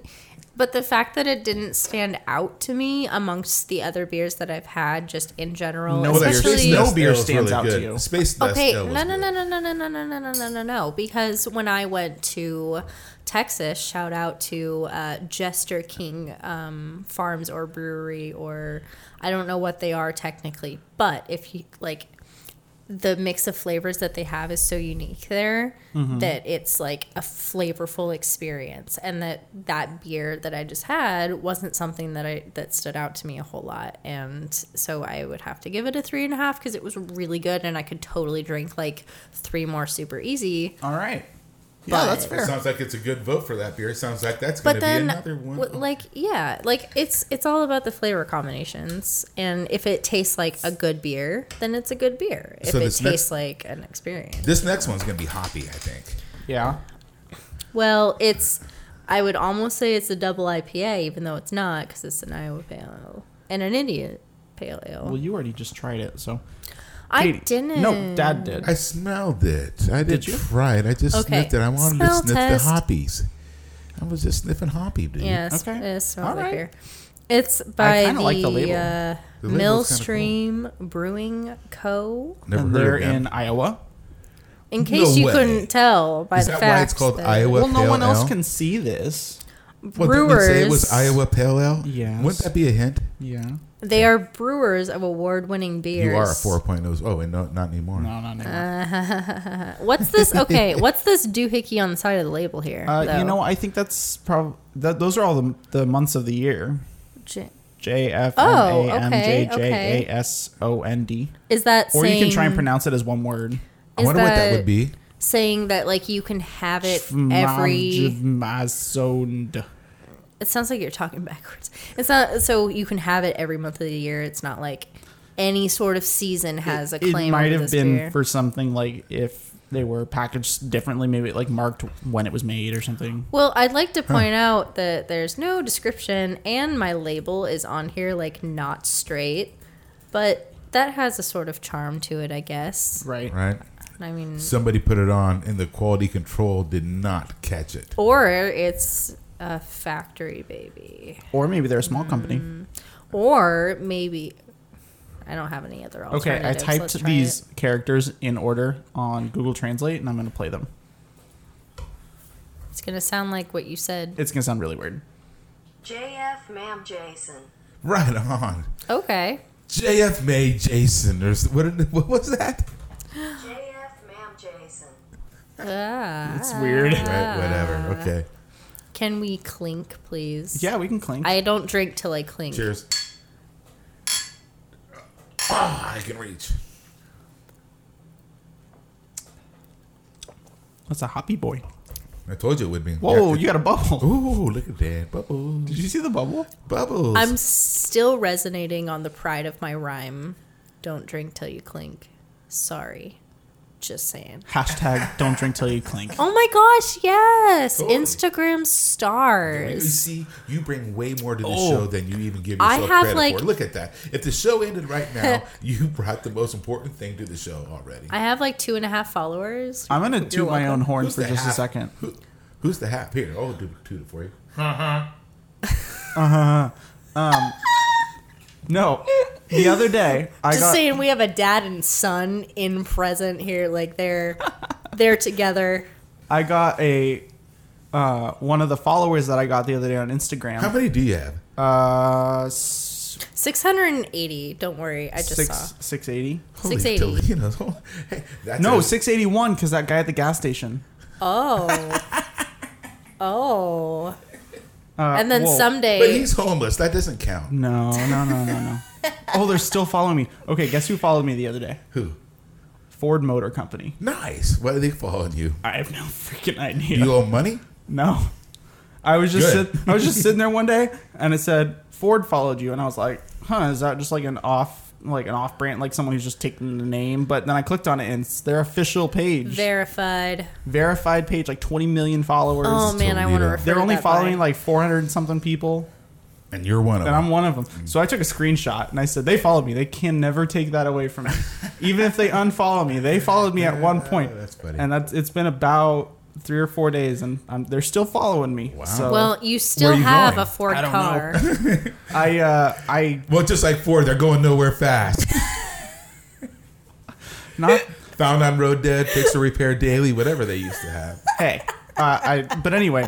Speaker 3: but the fact that it didn't stand out to me amongst the other beers that I've had, just in general,
Speaker 2: No beer-
Speaker 3: especially
Speaker 2: no beer
Speaker 4: Ale is
Speaker 2: stands out to
Speaker 4: good.
Speaker 2: you.
Speaker 4: Space Dust
Speaker 3: Okay,
Speaker 4: Ale
Speaker 3: no,
Speaker 4: was
Speaker 3: no,
Speaker 4: good.
Speaker 3: no, no, no, no, no, no, no, no, no, no, no. Because when I went to Texas, shout out to uh, Jester King um, Farms or Brewery or I don't know what they are technically, but if you like, the mix of flavors that they have is so unique there
Speaker 4: Mm-hmm.
Speaker 3: that it's like a flavorful experience, and that that beer that I just had wasn't something that I that stood out to me a whole lot, and so I would have to give it a three and a half because it was really good, and I could totally drink like three more super easy.
Speaker 2: All right. Yeah, that's fair.
Speaker 4: Sounds like it's a good vote for that beer. It sounds like that's going
Speaker 3: But
Speaker 4: to be
Speaker 3: then,
Speaker 4: another one.
Speaker 3: w- like yeah, like it's it's all about the flavor combinations, and if it tastes like a good beer, then it's a good beer. If
Speaker 4: So
Speaker 3: it
Speaker 4: this
Speaker 3: tastes
Speaker 4: next-
Speaker 3: like an experience.
Speaker 4: this next one's going to be hoppy, I think.
Speaker 2: Yeah.
Speaker 3: Well, it's. I would almost say it's a double IPA, even though it's not, because it's an Iowa Pale Ale and an Indian Pale Ale.
Speaker 2: Well, you already just tried it, so
Speaker 3: I
Speaker 2: Katie-
Speaker 3: didn't.
Speaker 2: No, Dad did.
Speaker 4: I smelled it. I didn't
Speaker 2: you?
Speaker 4: try it. I just
Speaker 3: Okay.
Speaker 4: sniffed it. I wanted
Speaker 3: Smell
Speaker 4: to sniff
Speaker 3: test.
Speaker 4: the hoppies. I was just sniffing hoppy, dude.
Speaker 3: Yes,
Speaker 2: Okay.
Speaker 3: it smells
Speaker 2: All
Speaker 3: like
Speaker 2: right.
Speaker 3: beer. It's by
Speaker 2: kinda
Speaker 3: the,
Speaker 2: like the label.
Speaker 3: uh,
Speaker 4: The label's kinda
Speaker 3: Millstream Brewing Co.
Speaker 4: Never
Speaker 2: and
Speaker 4: heard
Speaker 2: they're
Speaker 4: of them.
Speaker 2: in Iowa.
Speaker 3: In case you
Speaker 4: way.
Speaker 3: couldn't tell by
Speaker 4: Is
Speaker 3: the
Speaker 4: that
Speaker 3: fact
Speaker 4: why it's called Iowa
Speaker 2: Well, no
Speaker 4: Pale
Speaker 2: one else
Speaker 4: Ale?
Speaker 2: can see this.
Speaker 4: Well, didn't it say it was
Speaker 3: brewers-
Speaker 4: Iowa Pale Ale?
Speaker 2: Yes.
Speaker 4: Wouldn't that be a hint?
Speaker 2: Yeah.
Speaker 3: they are brewers of award-winning beers.
Speaker 4: You are a 4.0. Oh, and no, not anymore.
Speaker 2: No, not anymore.
Speaker 3: Uh, What's this? Okay, what's this doohickey on the side of the label here?
Speaker 2: Uh, you
Speaker 3: though?
Speaker 2: know, I think that's probably that. Those are all the, the months of the year.
Speaker 3: J-
Speaker 2: J F M
Speaker 3: Oh,
Speaker 2: A M J
Speaker 3: okay, okay.
Speaker 2: J A S O N D.
Speaker 3: Is that
Speaker 2: Or you can try and
Speaker 3: saying-
Speaker 2: pronounce it as one word.
Speaker 4: I
Speaker 3: Is
Speaker 4: wonder what that would be.
Speaker 3: saying that like you can have it every
Speaker 2: Shmazond.
Speaker 3: it sounds like you're talking backwards it's not so you can have it every month of the year it's not like any sort of season has a claim
Speaker 2: It might
Speaker 3: over
Speaker 2: have
Speaker 3: this
Speaker 2: been
Speaker 3: beer.
Speaker 2: for something like if they were packaged differently, maybe it, like marked when it was made or something.
Speaker 3: well i'd like to point out that there's no description and my label is on here like not straight but that has a sort of charm to it i guess
Speaker 2: Right.
Speaker 4: Right?
Speaker 3: i mean
Speaker 4: Somebody put it on, and the quality control did not catch it.
Speaker 3: or it's a factory baby
Speaker 2: Or maybe they're a small company.
Speaker 3: Mm, or maybe i don't have any other
Speaker 2: Okay,
Speaker 3: alternatives
Speaker 2: I
Speaker 3: Let's
Speaker 2: typed
Speaker 3: try it.
Speaker 2: these characters in order on Google Translate, and I'm going to play them.
Speaker 3: It's gonna sound like what you said.
Speaker 2: It's going to sound really weird.
Speaker 5: JF Ma'am Jason.
Speaker 4: Right on.
Speaker 3: Okay.
Speaker 4: JF May Jason. Or s- what, did- what was that?
Speaker 5: JF Ma'am Jason.
Speaker 3: Ah.
Speaker 2: It's weird.
Speaker 4: Right, whatever. Okay.
Speaker 3: Can we clink, please?
Speaker 2: Yeah, we can clink.
Speaker 3: I don't drink till I clink.
Speaker 4: Cheers. Ah, I can reach.
Speaker 2: That's a hoppy boy.
Speaker 4: I told you it would be.
Speaker 2: Whoa,
Speaker 4: Yeah.
Speaker 2: you got a bubble.
Speaker 4: Ooh, look at that. Bubbles.
Speaker 2: Did you see the bubble?
Speaker 4: Bubbles.
Speaker 3: I'm still resonating on the pride of my rhyme. Don't drink till you clink. Sorry. Just saying.
Speaker 2: Hashtag don't drink till you clink.
Speaker 3: Oh my gosh, yes!
Speaker 4: Totally.
Speaker 3: Instagram
Speaker 4: You
Speaker 3: stars.
Speaker 4: see, you bring way more to the
Speaker 2: Oh.
Speaker 4: show than you even give
Speaker 3: I
Speaker 4: yourself
Speaker 3: have,
Speaker 4: credit
Speaker 3: like-
Speaker 4: for. Look at that. If the show ended right now, you brought the most important thing to the show already.
Speaker 3: I have like two and a half followers.
Speaker 2: I'm going to toot my own horn
Speaker 4: Who's
Speaker 2: for
Speaker 4: the
Speaker 2: just a
Speaker 4: half?
Speaker 2: second.
Speaker 4: Who, who's the half here? Oh, do two to four.
Speaker 2: No. The other day, I
Speaker 3: Just
Speaker 2: got
Speaker 3: saying, we have a dad and son in present here. Like they're they're together.
Speaker 2: I got a uh, one of the followers that I got the other day on
Speaker 4: How
Speaker 2: Instagram.
Speaker 4: many do you have?
Speaker 2: Uh, s-
Speaker 3: 680. Don't worry. I just
Speaker 2: six
Speaker 3: saw.
Speaker 2: six eighty.
Speaker 4: Holy
Speaker 3: 680.
Speaker 4: Toledo. Hey, that's
Speaker 2: No,
Speaker 4: a-
Speaker 2: six eighty one because that guy at the gas station.
Speaker 3: Oh. oh.
Speaker 2: Uh,
Speaker 3: And then
Speaker 2: whoa.
Speaker 4: But
Speaker 3: someday.
Speaker 4: he's homeless. That doesn't count.
Speaker 2: No, no, no, no, no. oh, they're still following me. Okay, guess who followed me the other day?
Speaker 4: Who?
Speaker 2: Ford Motor Company.
Speaker 4: Nice. Why are they following you?
Speaker 2: I have no freaking idea.
Speaker 4: You owe money?
Speaker 2: No. I was just
Speaker 4: Good.
Speaker 2: sit, I was just sitting there one day and it said Ford followed you and I was like, "Huh, is that just like an off like an off brand like someone who's just taking the name?" But then I clicked on it and it's their official page.
Speaker 3: Verified.
Speaker 2: verified page like 20 million followers.
Speaker 3: Oh man, I want to
Speaker 4: Toledo.
Speaker 3: refer.
Speaker 2: They're
Speaker 3: to
Speaker 2: only
Speaker 3: that
Speaker 2: following
Speaker 3: line.
Speaker 2: like 400 and something people
Speaker 4: And you're one of
Speaker 2: and
Speaker 4: them.
Speaker 2: I'm one of them. So I took a screenshot and I said, "They followed me. They can never take that away from me. Even if they unfollow me, they followed me at one point."
Speaker 4: that's funny.
Speaker 2: And that's it's been about three or four days, and I'm, they're still following me.
Speaker 4: Wow.
Speaker 2: So
Speaker 3: Well, you still
Speaker 4: you
Speaker 3: have
Speaker 4: going?
Speaker 3: a Ford
Speaker 2: I don't
Speaker 3: car.
Speaker 2: I uh, I
Speaker 4: Well, just like Ford, they're going nowhere fast.
Speaker 2: not
Speaker 4: Found on road dead, fix or repair daily, whatever they used to have.
Speaker 2: hey. Uh, I but anyway,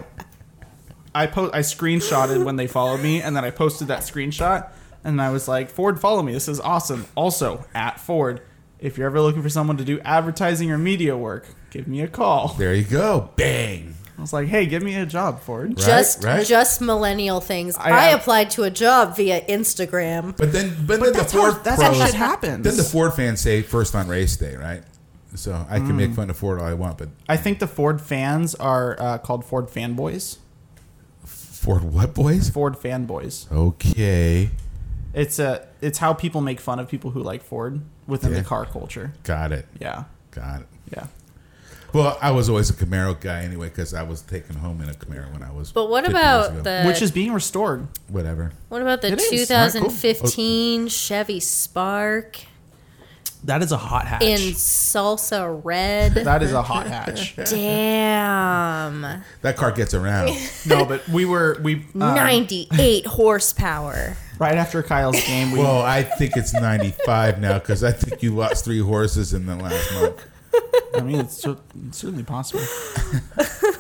Speaker 2: I po- I screenshotted when they followed me, and then I posted that screenshot, and I was like, Ford, follow me. This is awesome. Also, at Ford, if you're ever looking for someone to do advertising or media work, give me a call.
Speaker 4: There you go. Bang.
Speaker 2: I was like, hey, give me a job, Ford.
Speaker 4: Right,
Speaker 3: just
Speaker 4: right.
Speaker 3: just millennial things.
Speaker 2: I
Speaker 3: I,
Speaker 2: have-
Speaker 3: applied to a job via Instagram.
Speaker 4: But then, but, then
Speaker 2: that's
Speaker 4: the
Speaker 2: how-
Speaker 4: Ford
Speaker 2: that's how
Speaker 4: pros,
Speaker 2: shit happens.
Speaker 4: Then the Ford fans say first on race day, right? So I can make
Speaker 2: Mm.
Speaker 4: fun of Ford all I want, but
Speaker 2: I think the Ford fans are uh, called Ford fanboys.
Speaker 4: Ford what boys?
Speaker 2: Ford fanboys.
Speaker 4: Okay,
Speaker 2: It's a it's how people make fun of people who like Ford within
Speaker 4: Yeah.
Speaker 2: the car culture.
Speaker 4: got it,
Speaker 2: Yeah,
Speaker 4: got it.
Speaker 2: yeah.
Speaker 4: Well, I was always a Camaro guy anyway because I was taken home in a Camaro when I was.
Speaker 3: But what
Speaker 4: 50 years ago.
Speaker 3: about the
Speaker 2: Which is being restored.
Speaker 4: whatever?
Speaker 3: what about the
Speaker 2: It is. Alright, cool. Oh.
Speaker 3: 2015 Chevy Spark
Speaker 2: That is a hot hatch.
Speaker 3: in salsa red?
Speaker 2: that is a hot hatch.
Speaker 3: Damn,
Speaker 4: That car gets around.
Speaker 2: no, but we were we um,
Speaker 3: 98 horsepower.
Speaker 2: right after Kyle's game. We
Speaker 4: well, I think it's ninety five now because I think you lost three horses in the last month.
Speaker 2: I mean, it's, cer- it's certainly possible.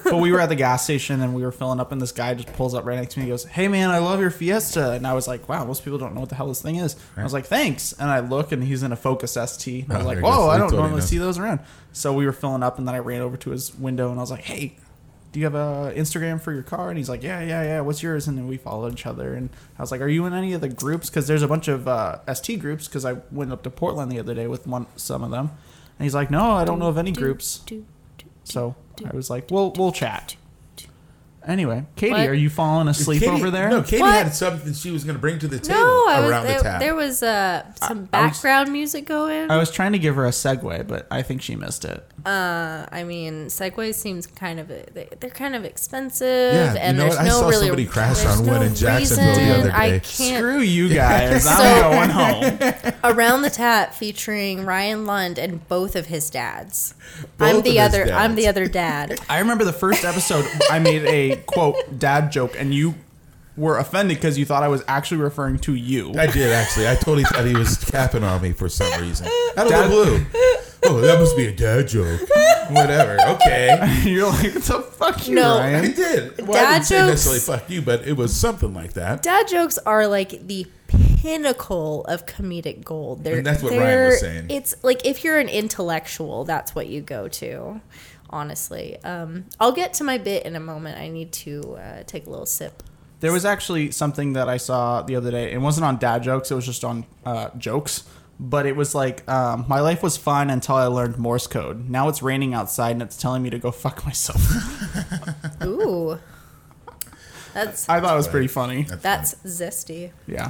Speaker 2: but we were at the gas station and we were filling up, and this guy just pulls up right next to me. and goes, "Hey, man, I love your Fiesta," and I was like, "Wow, most people don't know what the hell this thing is." I was like, "Thanks," and I look, and he's in a Focus ST. And I was
Speaker 4: Oh,
Speaker 2: like,
Speaker 4: there you
Speaker 2: "Whoa,
Speaker 4: go.
Speaker 2: I
Speaker 4: He
Speaker 2: don't
Speaker 4: totally
Speaker 2: normally
Speaker 4: knows.
Speaker 2: see those around." So we were filling up, and then I ran over to his window and I was like, "Hey." Do you have a Instagram for your car? And he's like, Yeah, yeah, yeah. What's yours? And then we followed each other. And I was like, Are you in any of the groups? Because there's a bunch of uh, ST groups. Because I went up to Portland the other day with one some of them. And he's like, No, I don't know of any groups. So I was like, "We'll we'll chat." Anyway, Katie,
Speaker 3: What?
Speaker 2: are you falling asleep
Speaker 4: Katie-
Speaker 2: over there?
Speaker 4: No, Katie
Speaker 3: What?
Speaker 4: had something she was going to bring to the table
Speaker 3: No, I was
Speaker 4: around the
Speaker 3: there,
Speaker 4: tap.
Speaker 3: there was uh, some
Speaker 2: I was-
Speaker 3: background music going.
Speaker 4: Uh,
Speaker 2: I was trying to give her a segue, but I think she missed it.
Speaker 3: I mean, Segways seems kind of they- they're kind of expensive,
Speaker 4: Yeah, you
Speaker 3: and
Speaker 4: know
Speaker 3: there's
Speaker 4: what? I
Speaker 3: no
Speaker 4: saw
Speaker 3: really
Speaker 4: somebody crash
Speaker 3: there's
Speaker 4: on one
Speaker 3: no
Speaker 4: in Jacksonville the
Speaker 3: reason.
Speaker 4: other
Speaker 3: I
Speaker 4: day.
Speaker 3: can't.
Speaker 2: Screw you guys! I'm
Speaker 3: So-
Speaker 2: going home.
Speaker 3: Around the Tap featuring Ryan Lund and both of his dads.
Speaker 4: Both
Speaker 3: I'm
Speaker 4: of his
Speaker 3: the other. I'm
Speaker 4: dads.
Speaker 3: the other dad.
Speaker 2: I remember the first episode. I made a quote dad joke, and you were offended because you thought I was actually referring to you.
Speaker 4: I did actually. I totally thought he was capping on me for some reason. Out of
Speaker 2: Dad-
Speaker 4: the blue. Oh, that must be a dad joke. Whatever. Okay.
Speaker 2: You're like, "What the fuck, you
Speaker 3: No.
Speaker 4: I
Speaker 2: Ryan?"
Speaker 4: did. Well,
Speaker 3: Dad
Speaker 4: I didn't say
Speaker 3: jokes-
Speaker 4: necessarily fuck you, but it was something like that.
Speaker 3: dad jokes are like the pinnacle of comedic gold. They're,
Speaker 4: And that's what Ryan was
Speaker 3: they're-
Speaker 4: saying.
Speaker 3: It's like if you're an intellectual, that's what you go to. Honestly, um, I'll get to my bit in a moment. I need to uh, take a little sip.
Speaker 2: There was actually something that I saw the other day. It wasn't on dad jokes, it was just on uh, jokes. But it was like, um, my life was fine until I learned Morse code. Now it's raining outside and it's telling me to go fuck myself.
Speaker 3: Ooh, that's
Speaker 2: I thought it was pretty funny.
Speaker 3: that's zesty.
Speaker 2: Yeah.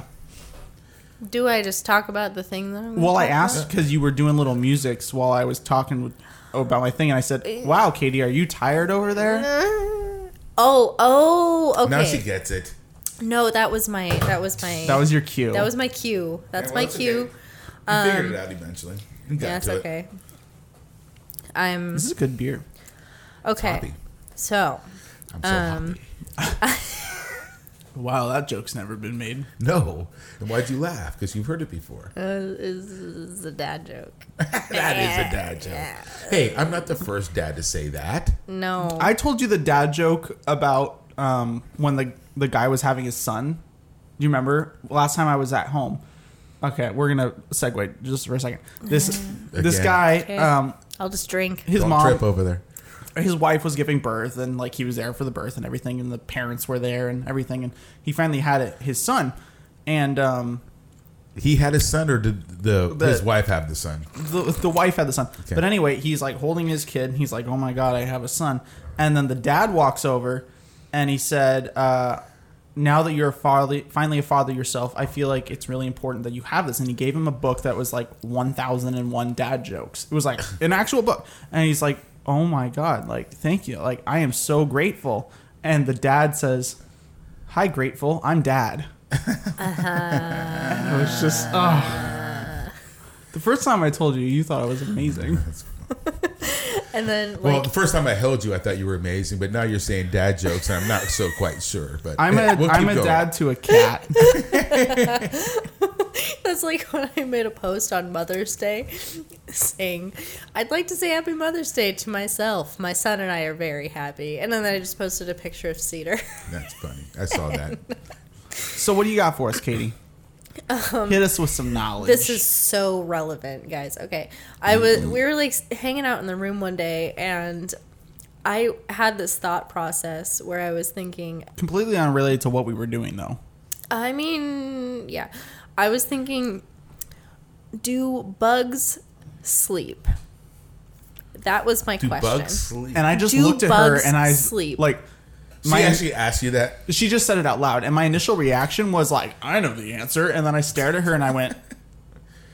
Speaker 3: Do I just talk about the thing that I'm
Speaker 2: Well, I asked because you were doing little musics while I was talking with, about my thing, and I
Speaker 3: Eh.
Speaker 2: said, wow, Katie, are you tired over there?
Speaker 3: Oh, oh, okay.
Speaker 4: Now she gets it.
Speaker 3: no, that was my that was my
Speaker 2: That was your cue.
Speaker 3: that was my cue. That's
Speaker 4: Yeah, well,
Speaker 3: my
Speaker 4: it's okay.
Speaker 3: cue.
Speaker 4: You figured it out eventually. You got
Speaker 3: Yeah, it's
Speaker 4: to it.
Speaker 3: Um, okay. I'm
Speaker 2: this is a good beer.
Speaker 3: okay.
Speaker 4: Hoppy.
Speaker 3: So
Speaker 4: I'm so
Speaker 3: Um,
Speaker 4: hoppy.
Speaker 2: Wow, that joke's never been made.
Speaker 4: No. And why'd you laugh? Because you've heard it before.
Speaker 3: uh, is, is a dad joke.
Speaker 4: That is a dad joke. Hey, I'm not the first dad to say that.
Speaker 3: No,
Speaker 2: I told you the dad joke about um, when the the guy was having his son. Do you remember last time I was at home? Okay, we're gonna segue just for a second. This this
Speaker 4: Again.
Speaker 2: guy,
Speaker 3: Okay.
Speaker 2: um,
Speaker 3: I'll just drink.
Speaker 2: his
Speaker 4: Don't
Speaker 2: mom,
Speaker 4: trip over there.
Speaker 2: his wife was giving birth, and like he was there for the birth and everything, and the parents were there and everything, and he finally had it, his son, and um,
Speaker 4: He had his son, or did the, his wife have the son?
Speaker 2: the, the wife had the son.
Speaker 4: Okay.
Speaker 2: But anyway, he's like holding his kid, and he's like, "Oh my god, I have a son." And then the dad walks over, and he said, uh, "Now that you're a father, finally a father yourself, I feel like it's really important that you have this." And he gave him a book that was like 1,001 dad jokes. It was like an actual book, and he's like, "Oh my god, like thank you, like I am so grateful." And the dad says, "Hi, grateful. I'm dad." It was just oh. The first time I told you, you thought it was amazing.
Speaker 4: That's
Speaker 3: And then like
Speaker 4: Well, the first time I held you, I thought you were amazing, but now you're saying dad jokes, and I'm not so quite sure. But
Speaker 2: I'm a
Speaker 4: we'll keep
Speaker 2: am a
Speaker 4: going.
Speaker 2: dad to a cat.
Speaker 3: that's like when I made a post on Mother's Day saying, I'd like to say happy Mother's Day to myself. My son and I are very happy. And then I just posted a picture of Cedar.
Speaker 4: That's funny. I saw that.
Speaker 2: so what do you got for us, Katie? Hit us with some knowledge.
Speaker 3: This is so relevant, guys. Okay. I was we were like hanging out in the room one day and I had this thought process where I was thinking,
Speaker 2: completely unrelated to what we were doing, though.
Speaker 3: I mean, yeah. I was thinking, do bugs sleep? That was my
Speaker 4: Do
Speaker 3: question.
Speaker 4: bugs sleep?
Speaker 2: And I just
Speaker 3: Do
Speaker 2: looked at her
Speaker 3: bugs
Speaker 2: and I
Speaker 3: sleep?
Speaker 2: like
Speaker 4: she
Speaker 2: my
Speaker 4: actually asked you that.
Speaker 2: she just said it out loud, and my initial reaction was like, "I know the answer," and then I stared at her and I went,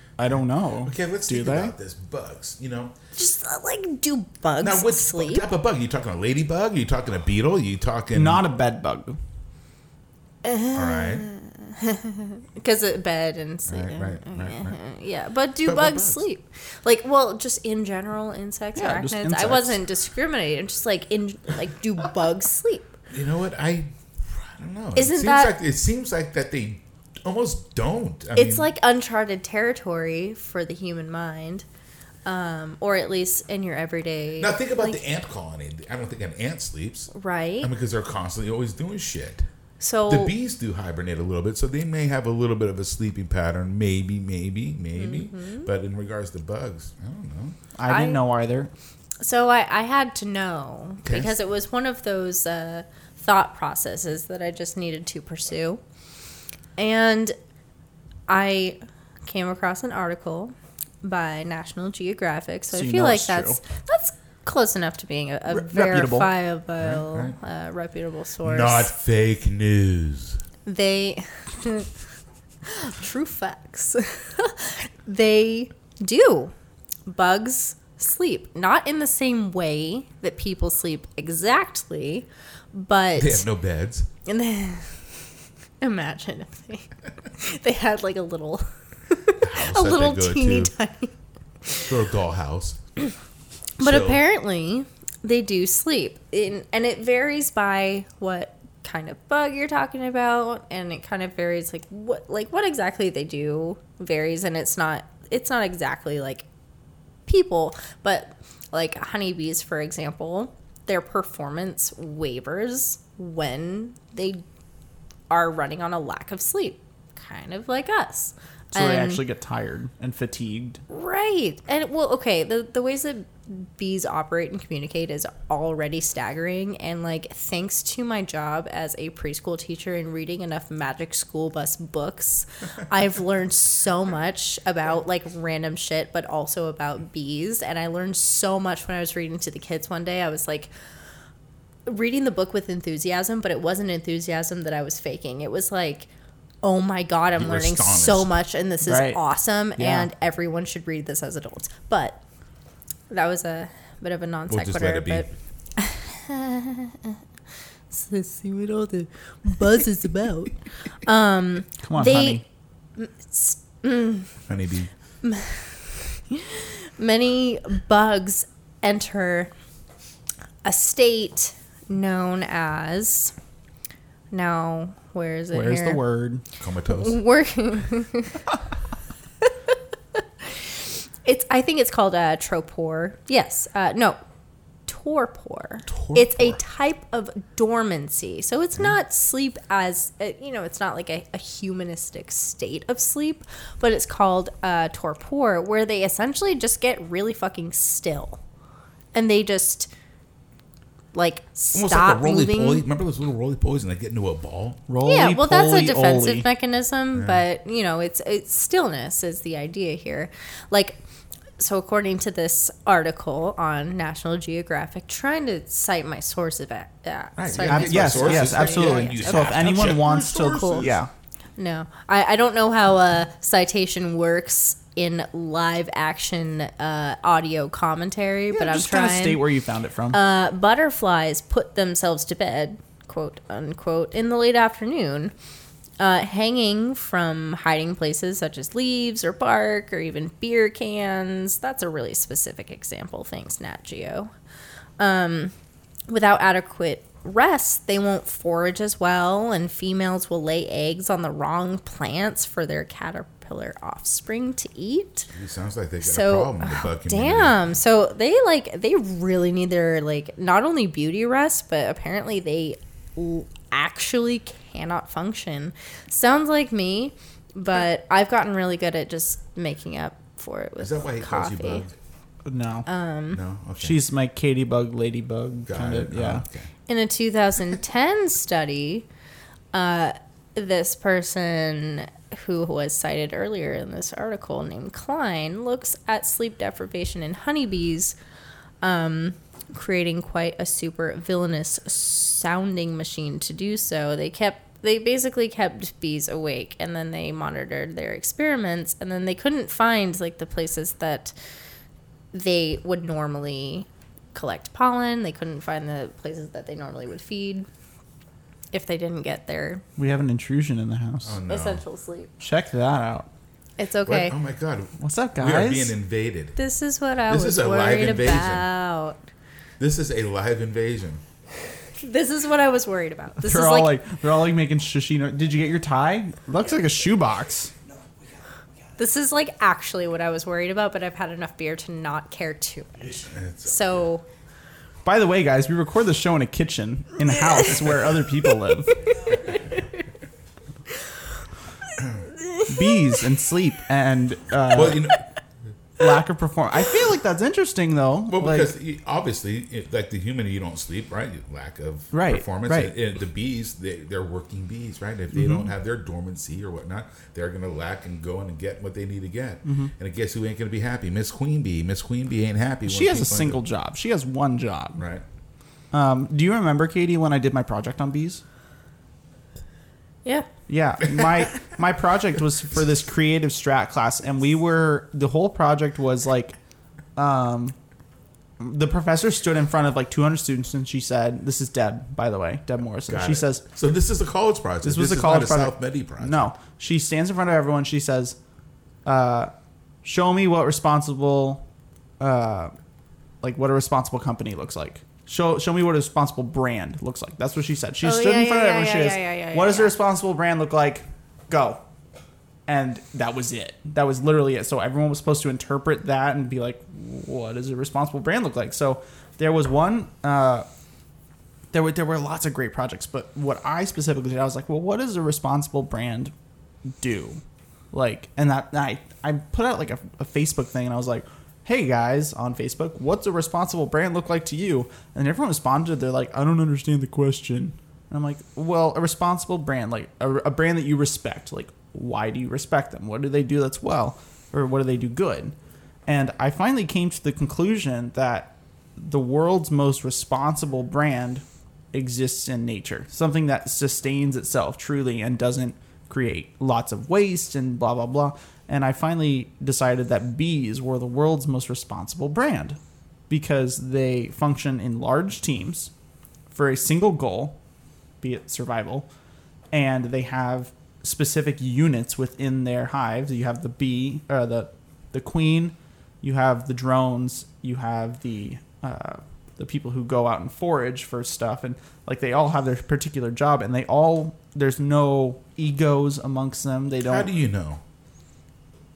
Speaker 2: "I don't know."
Speaker 4: Okay, let's
Speaker 2: do
Speaker 4: think
Speaker 2: they?
Speaker 4: about this. Bugs, you know.
Speaker 3: Just uh, like do bugs
Speaker 4: Now, what's
Speaker 3: sleep?
Speaker 4: what type of bug? Are you talking a ladybug? Are you talking a beetle? Are you talking
Speaker 2: Not a bed bug.
Speaker 4: all right?
Speaker 3: Because of bed and sleep.
Speaker 4: Right, right, right, right.
Speaker 3: Yeah, but do
Speaker 4: But what
Speaker 3: bugs,
Speaker 4: bugs?
Speaker 3: sleep? Like, well, just in general, insects,
Speaker 2: Yeah,
Speaker 3: arachnids.
Speaker 2: just
Speaker 3: I
Speaker 2: insects.
Speaker 3: wasn't discriminating. I'm just like in like do bugs sleep?
Speaker 4: You know what? I, I don't know.
Speaker 3: Isn't
Speaker 4: it seems
Speaker 3: that-
Speaker 4: like it seems like that they almost don't. I
Speaker 3: It's
Speaker 4: mean,
Speaker 3: like uncharted territory for the human mind. Um, or at least in your everyday
Speaker 4: now think about
Speaker 3: like,
Speaker 4: the ant colony. I don't think an ant sleeps.
Speaker 3: right? Oh.
Speaker 4: I mean, because they're constantly always doing shit.
Speaker 3: so
Speaker 4: The bees do hibernate a little bit, so they may have a little bit of a sleeping pattern. Maybe, maybe, maybe.
Speaker 3: Mm-hmm.
Speaker 4: But in regards to bugs, I don't know.
Speaker 2: I didn't
Speaker 3: I-
Speaker 2: know either.
Speaker 3: So I, I had to know
Speaker 4: Okay.
Speaker 3: because it was one of those uh, thought processes that I just needed to pursue. And I came across an article by National Geographic. So,
Speaker 2: So
Speaker 3: I
Speaker 2: you
Speaker 3: feel
Speaker 2: know
Speaker 3: like
Speaker 2: it's true.
Speaker 3: that's that's close enough to being a, a
Speaker 2: reputable.
Speaker 3: verifiable,
Speaker 4: Right,
Speaker 3: Uh, reputable source.
Speaker 4: Not fake news.
Speaker 3: They true facts. they do. Bugs sleep. Not in the same way that people sleep exactly, but
Speaker 4: They have no beds.
Speaker 3: and then- imagine if they they had like a little
Speaker 4: House
Speaker 3: a
Speaker 4: that they
Speaker 3: little
Speaker 4: go
Speaker 3: teeny
Speaker 4: to,
Speaker 3: tiny
Speaker 4: Or a dollhouse.
Speaker 3: But
Speaker 4: So-
Speaker 3: apparently, they do sleep, in, and it varies by what kind of bug you're talking about, and it kind of varies like what like what exactly they do varies, and it's not it's not exactly like people, but like honeybees, for example, their performance wavers when they are running on a lack of sleep, kind of like us.
Speaker 2: So they
Speaker 3: And-
Speaker 2: actually get tired and fatigued.
Speaker 3: Right. And well, okay, the the ways that bees operate and communicate is already staggering and like thanks to my job as a preschool teacher and reading enough magic school bus books, I've learned so much about like random shit but also about bees and I learned so much when I was reading to the kids one day. I was like reading the book with enthusiasm, but it wasn't enthusiasm that I was faking. It was like Oh my god, I'm
Speaker 4: were
Speaker 3: learning so
Speaker 4: astonished.
Speaker 3: much and this is
Speaker 2: Right.
Speaker 3: awesome
Speaker 2: Yeah.
Speaker 3: and everyone should read this as adults. But that was a bit of a non
Speaker 4: We'll just let
Speaker 3: sequitur.
Speaker 4: it be.
Speaker 3: but let's see what all the buzz is about.
Speaker 2: Come on,
Speaker 3: They-
Speaker 2: honey.
Speaker 4: Honeybee.
Speaker 3: Many bugs enter a state known as now. Where is it?
Speaker 2: Where's
Speaker 3: here?
Speaker 2: the word?
Speaker 3: Mm-hmm.
Speaker 4: Comatose.
Speaker 3: Working. it's. I think it's called a tropor. Yes. Uh, no. Torpor. It's a
Speaker 4: Torpor. Hmm.
Speaker 3: type of dormancy. So it's not sleep as uh, you know. It's not like a, a humanistic state of sleep, but it's called uh, torpor, where they essentially just get really fucking still, and they just like
Speaker 4: Almost like
Speaker 3: stop
Speaker 4: a roly
Speaker 3: moving.
Speaker 4: poly. Remember those little roly polies and they get into a ball?
Speaker 2: Roly
Speaker 3: yeah, well, that's a
Speaker 2: poly
Speaker 3: defensive
Speaker 2: oly.
Speaker 3: mechanism, but you know, it's it's stillness is the idea here. Like, so according to this article on National Geographic, trying to cite my source of it. Yeah, cite
Speaker 4: yeah,
Speaker 3: my
Speaker 2: Ab-
Speaker 3: source.
Speaker 4: It's yeah.
Speaker 2: yes,
Speaker 4: my sources.
Speaker 2: yes,
Speaker 4: Yeah, yeah,
Speaker 2: absolutely.
Speaker 4: yeah.
Speaker 2: So if
Speaker 4: Okay.
Speaker 2: anyone
Speaker 4: Check
Speaker 2: wants
Speaker 4: my
Speaker 2: to,
Speaker 4: sources.
Speaker 2: yeah,
Speaker 3: No, I, I don't know how uh, citation works in live action uh, audio commentary, but I'm
Speaker 2: just
Speaker 3: trying.
Speaker 2: of state where you found it from.
Speaker 3: uh, butterflies put themselves to bed, quote unquote, in the late afternoon Uh, hanging from hiding places such as leaves or bark or even beer cans. That's a really specific example. Thanks, Nat Geo. Um, without adequate rest, they won't forage as well, and females will lay eggs on the wrong plants for their caterpillar offspring to eat
Speaker 4: It sounds like they got a
Speaker 3: so
Speaker 4: problem with the bug community.
Speaker 3: damn so they like they really need their like not only beauty rest but apparently they l- actually cannot function sounds like me but i've gotten really good at just making up for it with
Speaker 4: Is that why he
Speaker 3: coffee Mm-hmm.
Speaker 4: calls you bug?
Speaker 2: No.
Speaker 3: um,
Speaker 4: no, okay.
Speaker 2: She's my Katie Bug, Ladybug.
Speaker 4: Got
Speaker 2: Kind
Speaker 4: it.
Speaker 2: of, yeah.
Speaker 4: Oh, okay.
Speaker 3: in a 2010 study uh, this person who was cited earlier in this article named klein looks at sleep deprivation in honeybees um, creating quite a super villainous sounding machine to do so they kept they basically kept bees awake and then they monitored their experiments and then they couldn't find like the places that they would normally collect pollen. They couldn't find the places that they normally would feed if they didn't get their
Speaker 2: We have an intrusion in the house.
Speaker 4: Oh, no.
Speaker 3: essential sleep.
Speaker 2: Check that out.
Speaker 3: It's
Speaker 4: What?
Speaker 3: okay.
Speaker 4: Oh my God,
Speaker 2: What's up,
Speaker 4: we are
Speaker 2: guys?
Speaker 4: being invaded.
Speaker 3: This is what I
Speaker 4: This
Speaker 3: was
Speaker 4: is a live
Speaker 3: worried
Speaker 4: invasion.
Speaker 3: about.
Speaker 4: This is a live invasion.
Speaker 3: This is what I was worried about. This
Speaker 2: they're
Speaker 3: is
Speaker 2: all
Speaker 3: like,
Speaker 2: like, they're all like making shishino. Did you get your tie? Looks like a shoebox.
Speaker 3: this is like actually what I was worried about, but I've had enough beer to not care too much.
Speaker 4: It's,
Speaker 3: So
Speaker 2: By the way, guys, we record the show in a kitchen in a house where other people live. Bees and sleep and uh,
Speaker 4: well, you know,
Speaker 2: lack of perform. I feel like that's interesting though.
Speaker 4: well
Speaker 2: like,
Speaker 4: because you- obviously, it- like the human, you don't sleep, right? You- Lack of
Speaker 2: Right,
Speaker 4: performance.
Speaker 2: right. Mm-hmm.
Speaker 4: And, and the bees, they, they're working bees, right? If they don't have their dormancy or whatnot, they're going to lack and go in and get what they need to get.
Speaker 2: Mm-hmm.
Speaker 4: And guess who ain't going to be happy? Miss Queen Bee. Miss Queen Bee ain't happy.
Speaker 2: she
Speaker 4: when
Speaker 2: has a
Speaker 4: people ain't
Speaker 2: single
Speaker 4: do-
Speaker 2: job. She has one job.
Speaker 4: Right.
Speaker 2: Um, do you remember Katie when I did my project on bees?
Speaker 3: yeah,
Speaker 2: Yeah, my my project was for this creative strat class, and we were the whole project was like, um, the professor stood in front of like 200 students, and she said, "This is Deb, by the way, Deb Morrison."
Speaker 4: Got
Speaker 2: she
Speaker 4: it.
Speaker 2: says,
Speaker 4: So this is a college project.
Speaker 2: "This was
Speaker 4: is
Speaker 2: a college
Speaker 4: not
Speaker 2: project."
Speaker 4: South Medi project.
Speaker 2: No, she stands in front of everyone. She says, uh, "Show me what responsible, uh, like what a responsible company looks like." Show, show me what a responsible brand looks like. That's what she said. She
Speaker 3: Oh,
Speaker 2: stood in
Speaker 3: yeah,
Speaker 2: front
Speaker 3: yeah,
Speaker 2: of everyone.
Speaker 3: yeah,
Speaker 2: she
Speaker 3: yeah,
Speaker 2: goes,
Speaker 3: yeah, yeah,
Speaker 2: "What
Speaker 3: yeah,
Speaker 2: does a
Speaker 3: yeah."
Speaker 2: responsible brand look like?" Go and that was it. That was literally it. So everyone was supposed to interpret that and be like, "What does a responsible brand look like?" So there was one. Uh, there were there were lots of great projects, but what I specifically did, I was like, "Well, what does a responsible brand do?" Like, and that and I I put out like a, a Facebook thing, and I was like. Hey guys on Facebook, what's a responsible brand look like to you? And everyone responded, they're like, I don't understand the question. And I'm like, well, a responsible brand, like a, a brand that you respect. Like, why do you respect them? What do they do that's well, or what do they do good? And I finally came to the conclusion that the world's most responsible brand exists in nature, something that sustains itself truly and doesn't create lots of waste and blah blah blah. And I finally decided that bees were the world's most responsible brand because they function in large teams for a single goal, be it survival, and they have specific units within their hives. You have the bee, or the the queen. You have the drones. You have the uh, the people who go out and forage for stuff, and like they all have their particular job, and they all there's no egos amongst them. They don't.
Speaker 4: How do you know?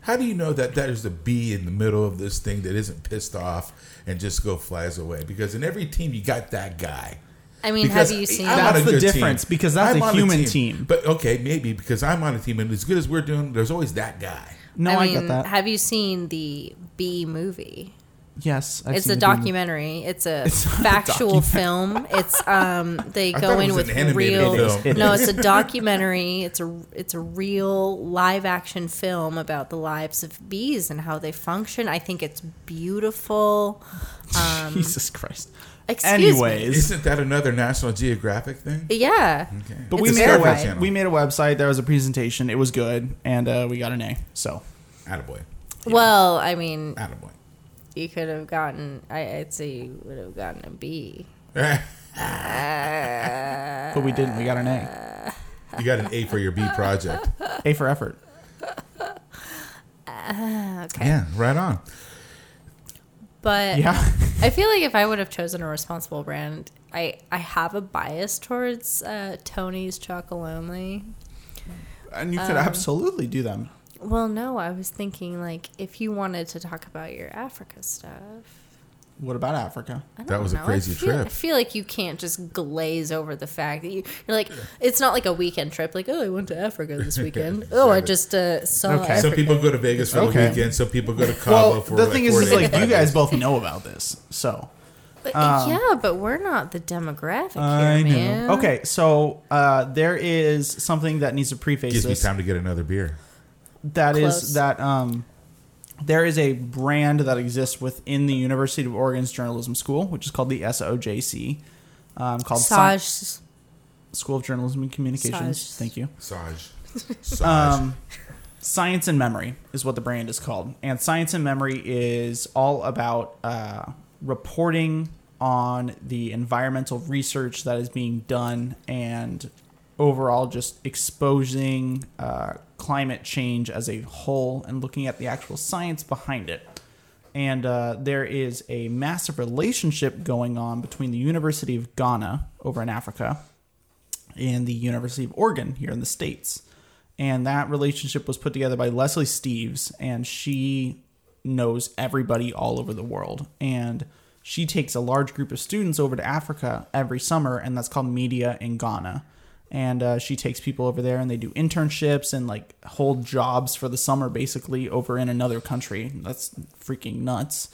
Speaker 4: How do you know that there's a bee in the middle of this thing that isn't pissed off and just go flies away? Because in every team you got that guy.
Speaker 3: I mean,
Speaker 4: Because
Speaker 3: have you seen?
Speaker 4: I'm
Speaker 2: That's
Speaker 4: on a
Speaker 2: the
Speaker 4: good
Speaker 2: difference, because that's a
Speaker 4: on
Speaker 2: human team.
Speaker 4: But okay, maybe because I'm on a team and as good as we're doing, there's always that guy.
Speaker 2: no, I,
Speaker 3: mean,
Speaker 2: get that.
Speaker 3: Have you seen the B movie?
Speaker 2: yes, I've
Speaker 3: it's
Speaker 2: seen
Speaker 3: a
Speaker 2: the demon.
Speaker 3: documentary. It's a
Speaker 2: It's not a
Speaker 3: factual
Speaker 2: documentary.
Speaker 3: film. It's um they
Speaker 4: I
Speaker 3: go
Speaker 4: thought it
Speaker 3: in
Speaker 4: was
Speaker 3: with
Speaker 4: an animated
Speaker 3: real
Speaker 4: film. It is.
Speaker 3: No, it's a documentary. It's a it's a real live action film about the lives of bees and how they function. I think it's beautiful.
Speaker 2: Jesus Christ.
Speaker 3: um, Excuse me.
Speaker 2: Anyways,
Speaker 4: Isn't that another National Geographic thing?
Speaker 3: Yeah.
Speaker 4: Okay.
Speaker 2: but
Speaker 3: It's
Speaker 2: we
Speaker 3: a
Speaker 2: made a
Speaker 3: Discovery
Speaker 2: web,
Speaker 4: Channel.
Speaker 2: we made a website. There was a presentation. It was good, and uh, we got an A. So
Speaker 4: Attaboy.
Speaker 3: Well, I mean,
Speaker 4: Attaboy.
Speaker 3: you could have gotten I, I'd say you would have gotten a B.
Speaker 2: But we didn't. We got an A.
Speaker 4: You got an A for your B project.
Speaker 2: A for effort.
Speaker 3: Okay.
Speaker 4: Yeah, right on.
Speaker 3: But
Speaker 2: Yeah.
Speaker 3: I feel like if I would have chosen a responsible brand, I, I have a bias towards uh, Tony's Chocolonely.
Speaker 2: and you
Speaker 3: um,
Speaker 2: could absolutely do them.
Speaker 3: Well, no, I was thinking like if you wanted to talk about your Africa stuff.
Speaker 2: What about Africa?
Speaker 3: I
Speaker 4: That
Speaker 3: don't
Speaker 4: was a
Speaker 3: know.
Speaker 4: crazy
Speaker 3: I feel,
Speaker 4: trip.
Speaker 3: I feel like you can't just glaze over the fact that you, you're like it's not like a weekend trip. Like oh, I went to Africa this weekend. Oh, I
Speaker 4: Exactly.
Speaker 3: just uh, saw.
Speaker 2: Okay.
Speaker 3: Africa.
Speaker 4: Some people go to Vegas for
Speaker 2: Okay.
Speaker 4: the weekend. Some people go to Cabo
Speaker 2: well,
Speaker 4: for
Speaker 2: the
Speaker 4: like
Speaker 2: thing
Speaker 4: four
Speaker 2: is, is
Speaker 4: days,
Speaker 2: like you
Speaker 4: five
Speaker 2: guys
Speaker 4: days.
Speaker 2: both know about this, so
Speaker 3: But, yeah, but we're not the demographic here, man.
Speaker 2: um, Okay, so uh, there is something that needs to preface
Speaker 4: Gives me
Speaker 2: this.
Speaker 4: time to get another beer.
Speaker 2: That is
Speaker 3: Close.
Speaker 2: that um, there is a brand that exists within the University of Oregon's journalism school, which is called the SOJC, um, called Sci-
Speaker 3: Saj,
Speaker 2: School of Journalism and Communications.
Speaker 3: Saj.
Speaker 2: Thank you.
Speaker 4: Saj.
Speaker 2: Um, Science and Memory is what the brand is called. And Science and Memory is all about uh, reporting on the environmental research that is being done and overall just exposing uh, climate change as a whole and looking at the actual science behind it. And uh, there is a massive relationship going on between the University of Ghana over in Africa and the University of Oregon here in the States. And that relationship was put together by Leslie Steves, and she knows everybody all over the world. And she takes a large group of students over to Africa every summer, and that's called Media in Ghana. And uh, she takes people over there, and they do internships and like hold jobs for the summer, basically over in another country. That's freaking nuts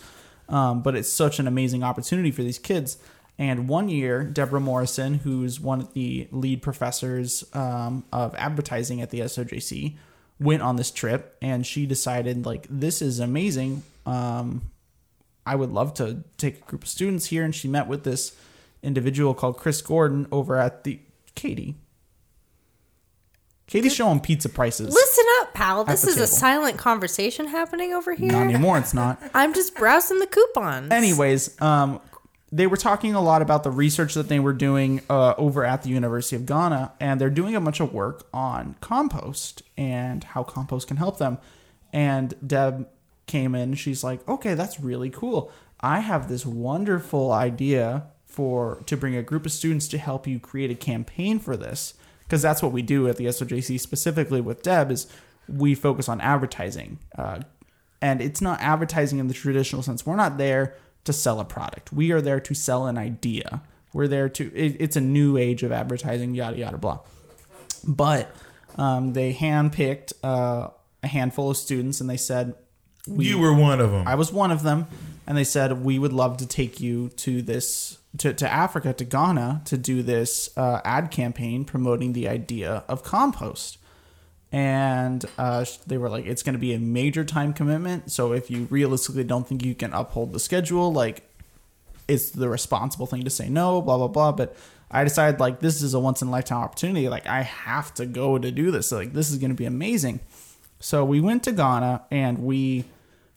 Speaker 2: um, but it's such an amazing opportunity for these kids. And one year, Deborah Morrison, who's one of the lead professors um, of advertising at the SOJC, went on this trip, and she decided like this is amazing. Um, I would love to take a group of students here, and she met with this individual called Chris Gordon over at the Katie. Katie's showing pizza prices.
Speaker 3: listen up, pal. This
Speaker 2: the
Speaker 3: is a
Speaker 2: table.
Speaker 3: silent conversation happening over here.
Speaker 2: Not anymore. It's not.
Speaker 3: I'm just browsing the coupons.
Speaker 2: Anyways, um, they were talking a lot about the research that they were doing uh, over at the University of Ghana, and they're doing a bunch of work on compost and how compost can help them. And Deb came in, she's like, "Okay, that's really cool. I have this wonderful idea for to bring a group of students to help you create a campaign for this." because that's what we do at the SOJC specifically with Deb is we focus on advertising, uh, and it's not advertising in the traditional sense. We're not there to sell a product. We are there to sell an idea. We're there to. It, it's a new age of advertising. Yada yada blah. But um, they handpicked uh, a handful of students, and they said,
Speaker 4: You were one of them.
Speaker 2: I was one of them, and they said we would love to take you to this to, to Africa to Ghana to do this uh, ad campaign promoting the idea of compost. And uh, sh- they were like, it's going to be a major time commitment. So if you realistically don't think you can uphold the schedule, like it's the responsible thing to say no, blah blah blah. But I decided like this is a once in a lifetime opportunity. Like I have to go to do this. Like this is going to be amazing. So we went to Ghana and we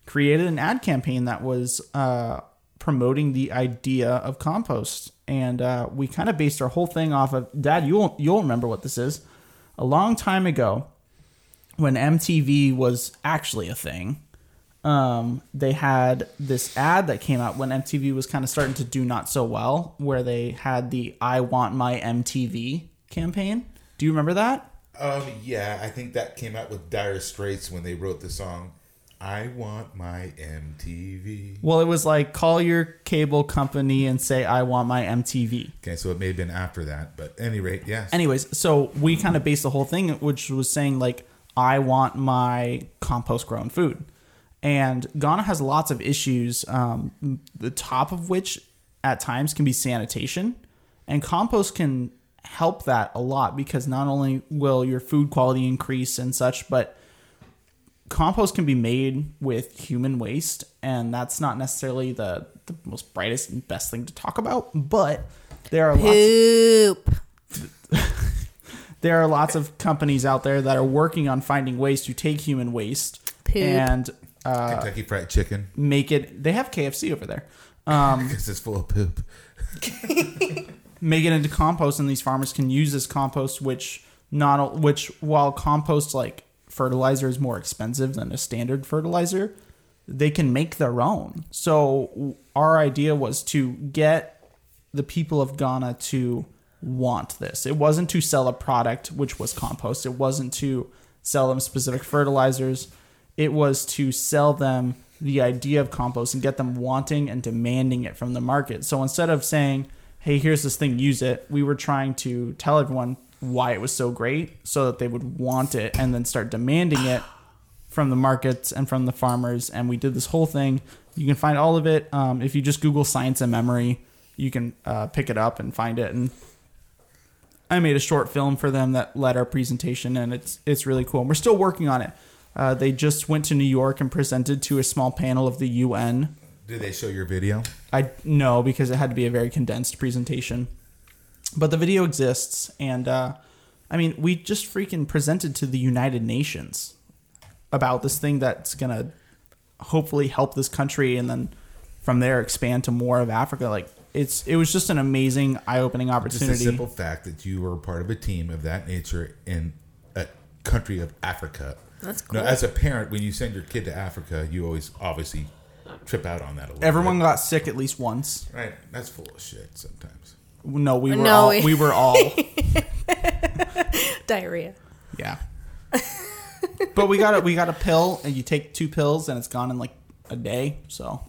Speaker 2: created an ad campaign that was uh, promoting the idea of compost, and uh, we kind of based our whole thing off of Dad. You'll you'll remember what this is. A long time ago, when MTV was actually a thing, um, they had this ad that came out when MTV was kind of starting to do not so well, where they had the "I want my MTV" campaign. Do you remember that?
Speaker 4: Um, yeah, I think that came out with Dire Straits when they wrote the song "I Want My MTV."
Speaker 2: Well, it was like call your cable company and say I want my MTV.
Speaker 4: Okay, so it may have been after that, but any rate, yes.
Speaker 2: Anyways, so we kind of based the whole thing, which was saying like, I want my compost grown food, and Ghana has lots of issues. Um, the top of which, at times, can be sanitation, and compost can help that a lot because not only will your food quality increase and such, but compost can be made with human waste and that's not necessarily the, the most brightest and best thing to talk about but there are lots
Speaker 3: Poop.
Speaker 2: there are lots of companies out there that are working on finding ways to take human waste
Speaker 3: Poop.
Speaker 2: and uh,
Speaker 4: Kentucky Fried Chicken
Speaker 2: make it. They have KFC over there.
Speaker 4: because it's full of poop.
Speaker 2: Make it into compost, and these farmers can use this compost, which Not o- which while compost like fertilizer is more expensive than a standard fertilizer, they can make their own. So w- our idea was to get the people of Ghana to want this. It wasn't to sell a product which was compost. It wasn't to sell them specific fertilizers. It was to sell them the idea of compost and get them wanting and demanding it from the market. So instead of saying, "Hey, here's this thing, use it," we were trying to tell everyone why it was so great so that they would want it and then start demanding it from the markets and from the farmers. And we did this whole thing. You can find all of it. Um, if you just Google science and memory, you can uh, pick it up and find it. And I made a short film for them that led our presentation, and it's it's really cool. And we're still working on it. Uh, they just went to New York and presented to a small panel of the UN.
Speaker 4: Did they show your video?
Speaker 2: I no because it had to be a very condensed presentation, but the video exists, and uh, I mean we just freaking presented to the United Nations about this thing that's gonna hopefully help this country, and then from there expand to more of Africa. Like it's it was just an amazing eye opening
Speaker 4: Just the
Speaker 2: opportunity.
Speaker 4: simple fact that you were part of a team of that nature in a country of Africa.
Speaker 3: That's
Speaker 4: Now,
Speaker 3: cool.
Speaker 4: as a parent, when you send your kid to Africa, you always obviously trip out on that a little.
Speaker 2: Everyone
Speaker 4: bit.
Speaker 2: got sick at least once.
Speaker 4: right. That's full of shit sometimes.
Speaker 2: No, we were
Speaker 3: No,
Speaker 2: all
Speaker 3: we-
Speaker 2: we were all
Speaker 3: Diarrhea.
Speaker 2: yeah. but we got a we got a pill, and you take two pills, and it's gone in like a day. So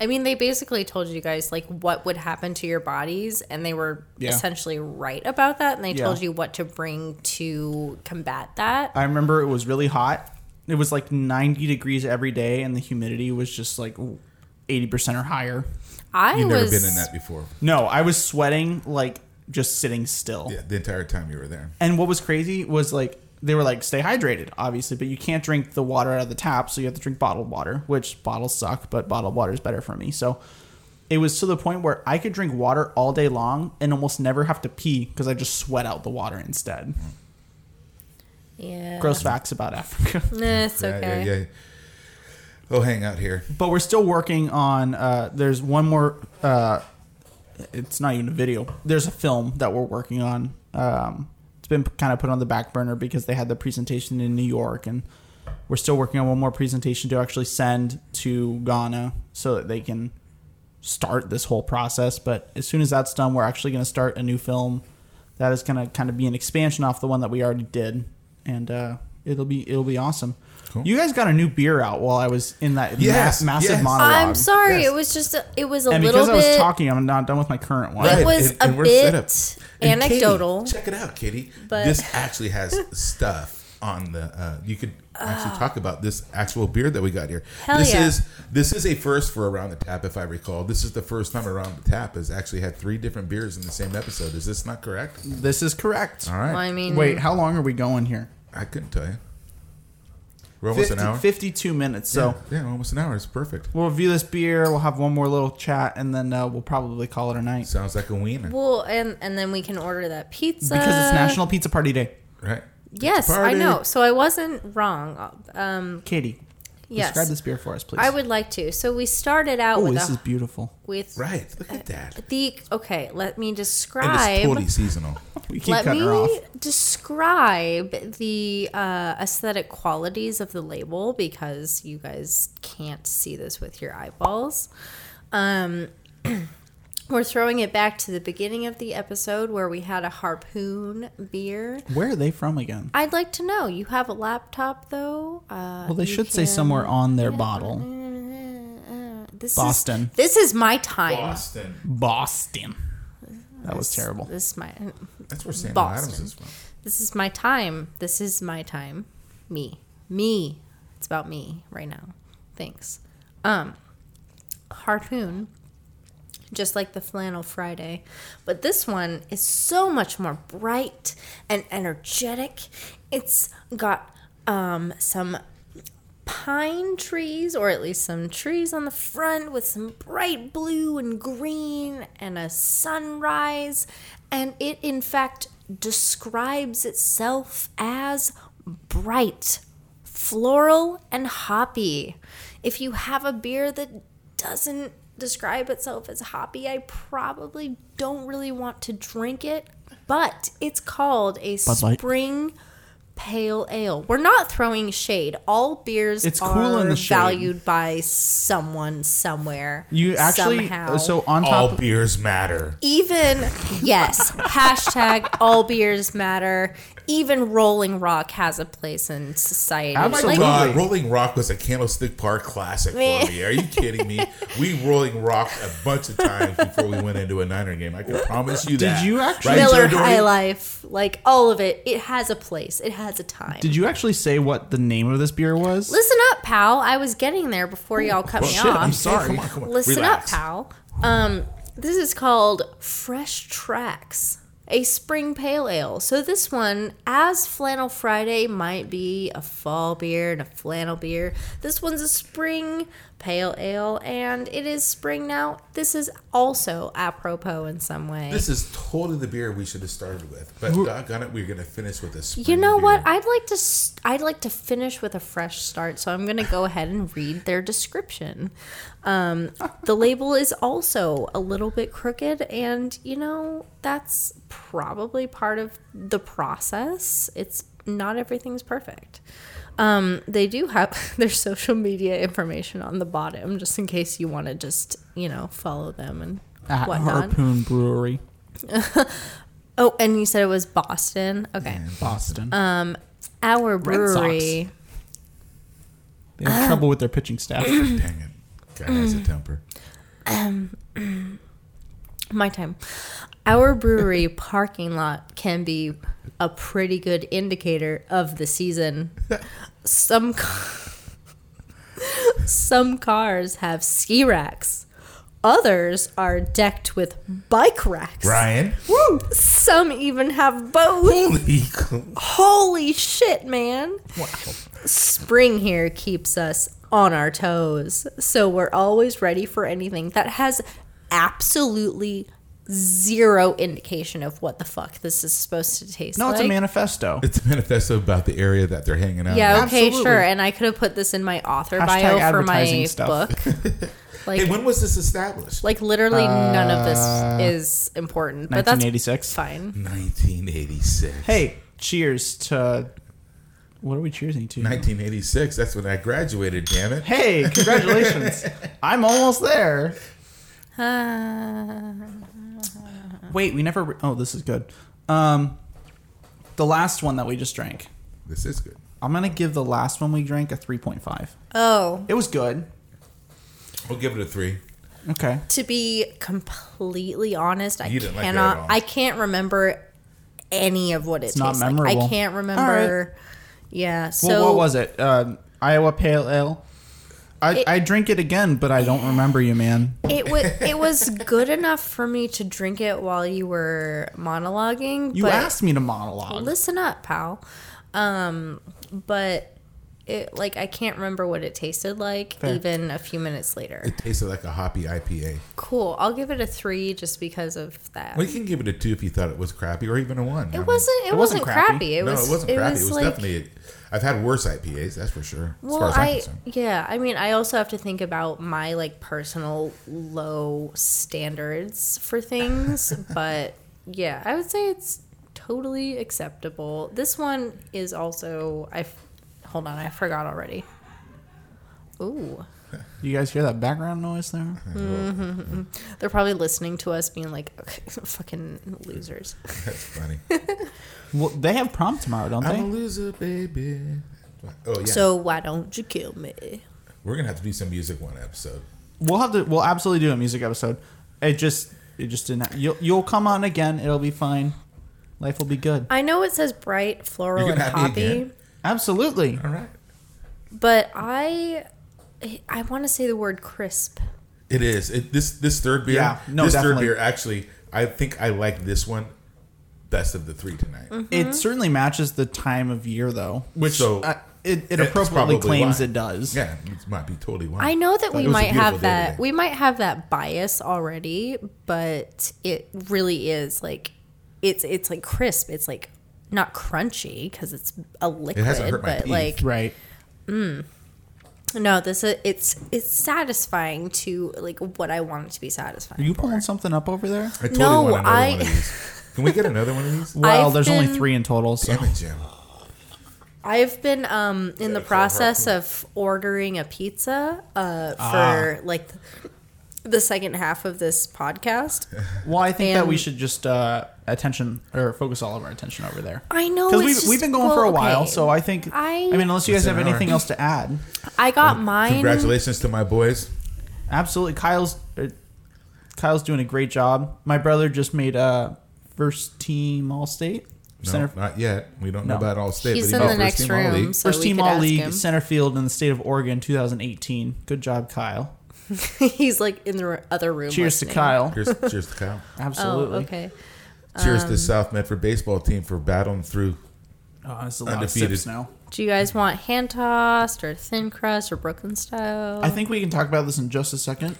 Speaker 3: I mean, they basically told you guys like what would happen to your bodies, and they were
Speaker 2: Yeah.
Speaker 3: essentially right about that. And they
Speaker 2: Yeah.
Speaker 3: told you what to bring to combat that.
Speaker 2: I remember it was really hot. It was like 90 degrees every day, and the humidity was just like 80% or higher.
Speaker 3: I
Speaker 4: You've never
Speaker 3: was
Speaker 4: been in that before.
Speaker 2: No, I was sweating like just sitting still.
Speaker 4: Yeah, the entire time you were there.
Speaker 2: And what was crazy was like they were like stay hydrated, obviously, but you can't drink the water out of the tap, so you have to drink bottled water, which bottles suck, but bottled water is better for me. So it was to the point where I could drink water all day long and almost never have to pee because I just sweat out the water instead.
Speaker 3: yeah.
Speaker 2: Gross facts about Africa.
Speaker 3: Nah, it's
Speaker 4: Yeah,
Speaker 3: okay.
Speaker 4: yeah, yeah. Oh, hang out here.
Speaker 2: but we're still working on uh, there's one more uh, it's not even a video there's a film that we're working on um, it's been kind of put on the back burner because they had the presentation in new york and we're still working on one more presentation to actually send to ghana so that they can start this whole process but as soon as that's done we're actually going to start a new film that is going to kind of be an expansion off the one that we already did and uh, it'll be it'll be awesome You guys got a new beer out while I was in that ma-
Speaker 4: Yes,
Speaker 2: massive
Speaker 4: yes.
Speaker 2: monologue.
Speaker 3: I'm sorry.
Speaker 4: Yes.
Speaker 3: It was just a, it was a
Speaker 2: and
Speaker 3: little
Speaker 2: because I
Speaker 3: bit.
Speaker 2: was talking, I'm not done with my current one.
Speaker 3: Right. It was a
Speaker 4: we're set
Speaker 3: bit
Speaker 4: up. And Katie,
Speaker 3: anecdotal,
Speaker 4: check it out, Kitty.
Speaker 3: but-
Speaker 4: this actually has stuff on the. Uh, you could actually talk about this actual beer that we got here.
Speaker 3: Ah. Hell
Speaker 4: this
Speaker 3: yeah.
Speaker 4: is this is a first for around the tap, if I recall. This is the first time around the tap has actually had three different beers in the same episode. Is this not correct?
Speaker 2: This is correct.
Speaker 4: All right,
Speaker 3: Well, I mean,
Speaker 2: Wait, how long are we going here?
Speaker 4: I couldn't tell you. We're almost an hour.
Speaker 2: 52 minutes. So
Speaker 4: yeah, almost an hour. It's perfect.
Speaker 2: we'll review this beer. We'll have one more little chat, and then uh, we'll probably call it a night
Speaker 4: Sounds like a wiener,
Speaker 3: well, and and then we can order that pizza
Speaker 2: because it's National Pizza Party Day.
Speaker 4: right?
Speaker 3: Yes, I
Speaker 4: Party.
Speaker 3: know. So I wasn't wrong. Um,
Speaker 2: Katie,
Speaker 3: yes,
Speaker 2: describe this beer for us, please.
Speaker 3: I would like to. So we started out
Speaker 2: Oh,
Speaker 3: with
Speaker 2: this
Speaker 3: a,
Speaker 2: is beautiful.
Speaker 3: with
Speaker 4: Right. Look at that.
Speaker 3: the okay. Let me
Speaker 4: And it's
Speaker 3: describe.
Speaker 4: totally seasonal.
Speaker 2: We keep
Speaker 3: let
Speaker 2: cutting her off.
Speaker 3: me describe the uh, aesthetic qualities of the label because you guys can't see this with your eyeballs. Um, we're throwing it back to the beginning of the episode where we had a harpoon beer.
Speaker 2: Where are they from again?
Speaker 3: I'd like to know. You have a laptop though. Uh,
Speaker 2: Well, they
Speaker 3: you
Speaker 2: should say
Speaker 3: can-
Speaker 2: somewhere on their bottle.
Speaker 3: This
Speaker 2: Boston.
Speaker 3: Is, this is my time.
Speaker 4: Boston.
Speaker 2: Boston. That was terrible.
Speaker 3: This is my
Speaker 4: That's where Samuel
Speaker 3: Boston.
Speaker 4: Adams is from.
Speaker 3: this is my time. This is my time. Me. Me. It's about me right now. Thanks. Um Harpoon. Just like the flannel Friday. But this one is so much more bright and energetic. It's got um some pine trees, or at least some trees on the front with some bright blue and green and a sunrise. And it, in fact, describes itself as bright, floral, and hoppy. If you have a beer that doesn't describe itself as hoppy, I probably don't really want to drink it, but it's called a
Speaker 2: Bud Light.
Speaker 3: spring pale ale. We're not throwing shade. All beers
Speaker 2: It's
Speaker 3: are
Speaker 2: cool in the shade.
Speaker 3: valued by someone somewhere.
Speaker 2: You actually uh,
Speaker 3: somehow.
Speaker 2: so on top
Speaker 4: All beers matter.
Speaker 3: even yes hashtag all beers matter even rolling rock has a place in society
Speaker 2: Absolutely.
Speaker 3: Like,
Speaker 4: God, Uh, Rolling Rock was a Candlestick Park classic for
Speaker 3: Man.
Speaker 4: me. Are you kidding me? We Rolling Rocked a bunch of times before we went into a Niner game. I can promise you that.
Speaker 2: you actually-
Speaker 3: miller
Speaker 4: Joe Dory?
Speaker 3: high life like all of it it has a place it has a time
Speaker 2: Did you actually say what the name of this beer was?
Speaker 3: listen up pal i was getting there before y'all cut
Speaker 4: Well,
Speaker 3: me
Speaker 4: shit,
Speaker 3: off
Speaker 4: I'm sorry. Come on, come on.
Speaker 3: listen
Speaker 4: Relax.
Speaker 3: up pal um this is called fresh tracks a spring pale ale so this one as flannel friday might be a fall beer and a flannel beer this one's a spring pale ale and it is spring now this is also apropos in some way
Speaker 4: This is totally the beer we should have started with. But doggone it, we're going to finish with this.
Speaker 3: you know what i'd like to s i'd like to finish with a fresh start so i'm going to go ahead and read their description um, the label is also a little bit crooked and you know that's probably part of the process it's not everything's perfect um, they do have their social media information on the bottom just in case you want to just you know follow them and
Speaker 2: At
Speaker 3: whatnot
Speaker 2: Harpoon Brewery,
Speaker 3: oh and you said it was boston okay
Speaker 2: Boston.
Speaker 3: our
Speaker 2: Red Sox.
Speaker 3: brewery
Speaker 2: they
Speaker 3: Ah.
Speaker 2: have trouble with their pitching staff.
Speaker 4: Dang it. Guy has a temper.
Speaker 3: my time. Our brewery parking lot can be a pretty good indicator of the season. Some ca- some cars have ski racks. Others are decked with bike racks.
Speaker 4: Ryan.
Speaker 3: Some even have both.
Speaker 4: Holy.
Speaker 3: Holy shit, man. Spring here keeps us on our toes. So we're always ready for anything that has absolutely zero indication of what the fuck this is supposed to taste
Speaker 2: No,
Speaker 3: like.
Speaker 2: it's a manifesto.
Speaker 4: It's a manifesto about the area that they're hanging out in.
Speaker 3: Yeah, okay,
Speaker 2: Absolutely.
Speaker 3: sure. And I could have put this in my author
Speaker 2: Hashtag
Speaker 3: bio for my
Speaker 2: advertising stuff.
Speaker 3: book. Like,
Speaker 4: Hey, when was this established?
Speaker 3: like literally none of
Speaker 2: Uh,
Speaker 3: this is important. But that's
Speaker 2: 1986.
Speaker 3: fine.
Speaker 4: 1986.
Speaker 2: Hey, cheers to. What are we cheersing to?
Speaker 4: 1986. That's when I graduated, damn it.
Speaker 2: Hey, congratulations! I'm almost there.
Speaker 3: Uh,
Speaker 2: Wait, we never. Re- oh, this is good. Um, the last one that we just drank.
Speaker 4: This is good.
Speaker 2: I'm gonna give the last one we drank a 3.5.
Speaker 3: oh.
Speaker 2: It was good.
Speaker 4: We'll give it a three.
Speaker 2: Okay.
Speaker 3: to be completely honest, I
Speaker 4: You didn't like it at
Speaker 3: cannot.
Speaker 4: all.
Speaker 3: I can't remember any of what it
Speaker 2: It's not
Speaker 3: tastes like.
Speaker 2: memorable.
Speaker 3: I can't
Speaker 2: All right.
Speaker 3: remember. Yeah. So
Speaker 2: well, what was it? Um, Iowa Pale Ale. I,
Speaker 3: It-
Speaker 2: I drink it again, but I don't remember you, man.
Speaker 3: it? Was it was good enough for me to drink it while you were monologuing.
Speaker 2: You
Speaker 3: but
Speaker 2: asked me to monologue.
Speaker 3: Listen up, pal. Um, but it like I can't remember what it tasted like
Speaker 2: Fair.
Speaker 3: even a few minutes later.
Speaker 4: It tasted like a hoppy IPA.
Speaker 3: Cool. I'll give it a three just because of that.
Speaker 4: We can give it a two if you thought it was crappy, or even a one. I
Speaker 3: it
Speaker 4: mean-
Speaker 3: wasn't. It,
Speaker 2: wasn't
Speaker 3: wasn't
Speaker 2: crappy.
Speaker 3: crappy. It
Speaker 4: no,
Speaker 3: was.
Speaker 4: it wasn't crappy. It was
Speaker 3: like-
Speaker 4: definitely. I've had worse IPAs, that's for sure. as
Speaker 3: Well,
Speaker 4: far as I'm
Speaker 3: I
Speaker 4: concerned.
Speaker 3: yeah, I mean, I also have to think about my like personal low standards for things, but yeah, I would say it's totally acceptable. This one is also I f- hold on, I forgot already. Ooh,
Speaker 2: You guys hear that background noise there?
Speaker 3: they're probably listening to us being like, okay, fucking losers.
Speaker 4: That's funny.
Speaker 2: Well, they have prom tomorrow, don't
Speaker 4: I'm
Speaker 2: they?
Speaker 4: a loser, baby. Oh yeah,
Speaker 3: So why don't you kill me?
Speaker 4: we're gonna have to do some music one episode.
Speaker 2: We'll have to. We'll absolutely do a music episode. It just. It just didn't. You'll, you'll come on again. It'll be fine. Life will be good.
Speaker 3: I know it says bright floral
Speaker 4: You
Speaker 3: and
Speaker 4: can have me
Speaker 3: hoppy.
Speaker 4: again.
Speaker 2: Absolutely.
Speaker 4: All right.
Speaker 3: But I I want to say the word crisp.
Speaker 4: It is. It, this this third beer.
Speaker 2: Yeah, no,
Speaker 4: this
Speaker 2: definitely.
Speaker 4: third beer actually. I think I like this one best of the three tonight.
Speaker 3: Mm-hmm.
Speaker 2: It certainly matches the time of year, though, which
Speaker 4: So,
Speaker 2: uh, it, it
Speaker 4: It's
Speaker 2: appropriately
Speaker 4: probably
Speaker 2: claims
Speaker 4: why.
Speaker 2: it does.
Speaker 4: Yeah, it might be totally why.
Speaker 3: I know that
Speaker 4: But
Speaker 3: we
Speaker 4: it was a
Speaker 3: might
Speaker 4: beautiful
Speaker 3: have
Speaker 4: day
Speaker 3: that
Speaker 4: today.
Speaker 3: we might have that bias already, but it really is like it's it's like crisp. It's like not crunchy because it's a liquid,
Speaker 4: hurt my
Speaker 3: but
Speaker 4: teeth.
Speaker 3: like
Speaker 2: Right.
Speaker 3: No, this is, it's it's satisfying to like what I want it to be satisfying.
Speaker 1: Are you pulling something up over there?
Speaker 4: I totally
Speaker 3: No,
Speaker 4: want another
Speaker 3: I-
Speaker 4: one of these. Can we get another one of these?
Speaker 2: Well,
Speaker 3: I've
Speaker 2: there's only
Speaker 3: been-
Speaker 2: three in total, so
Speaker 4: Damn it, Jim.
Speaker 3: I've been um, in the process of ordering a pizza uh, for like the second half of this podcast.
Speaker 2: well, I think that we
Speaker 3: And-
Speaker 2: should just uh, attention or focus all of our attention over there.
Speaker 3: I know
Speaker 2: Because
Speaker 3: Oh, it's
Speaker 2: we've,
Speaker 3: just-
Speaker 2: we've been going
Speaker 3: well,
Speaker 2: for a while,
Speaker 3: okay.
Speaker 2: so I think I,
Speaker 3: I-
Speaker 2: mean, unless you guys
Speaker 4: It's
Speaker 2: have
Speaker 4: an hour.
Speaker 2: anything else to add,
Speaker 3: I got mine.
Speaker 4: Congratulations to my boys.
Speaker 2: absolutely. Kyle's uh, Kyle's doing a great job. My brother just made a first team All State
Speaker 4: No,
Speaker 2: center
Speaker 4: not yet. We don't
Speaker 2: No.
Speaker 4: know about all state.
Speaker 3: He's
Speaker 4: but
Speaker 3: in
Speaker 4: he
Speaker 3: the
Speaker 4: made
Speaker 3: next
Speaker 4: first team all
Speaker 3: room,
Speaker 4: league.
Speaker 3: so
Speaker 2: first
Speaker 3: we
Speaker 2: team
Speaker 3: could
Speaker 2: All
Speaker 3: ask
Speaker 2: League
Speaker 3: him.
Speaker 2: center field in the state of Oregon 2018. Good job, Kyle.
Speaker 3: He's like in the r- other room.
Speaker 2: Cheers to
Speaker 3: listening.
Speaker 2: Kyle.
Speaker 4: Cheers, cheers to Kyle.
Speaker 2: Absolutely.
Speaker 3: Oh, okay.
Speaker 4: Cheers
Speaker 3: Um,
Speaker 4: to South Medford baseball team for battling through.
Speaker 2: Oh, that's a lot
Speaker 4: Undefeated.
Speaker 2: of sips now.
Speaker 3: Do you guys want hand tossed or thin crust or Brooklyn style?
Speaker 2: I think we can talk about this in just a second.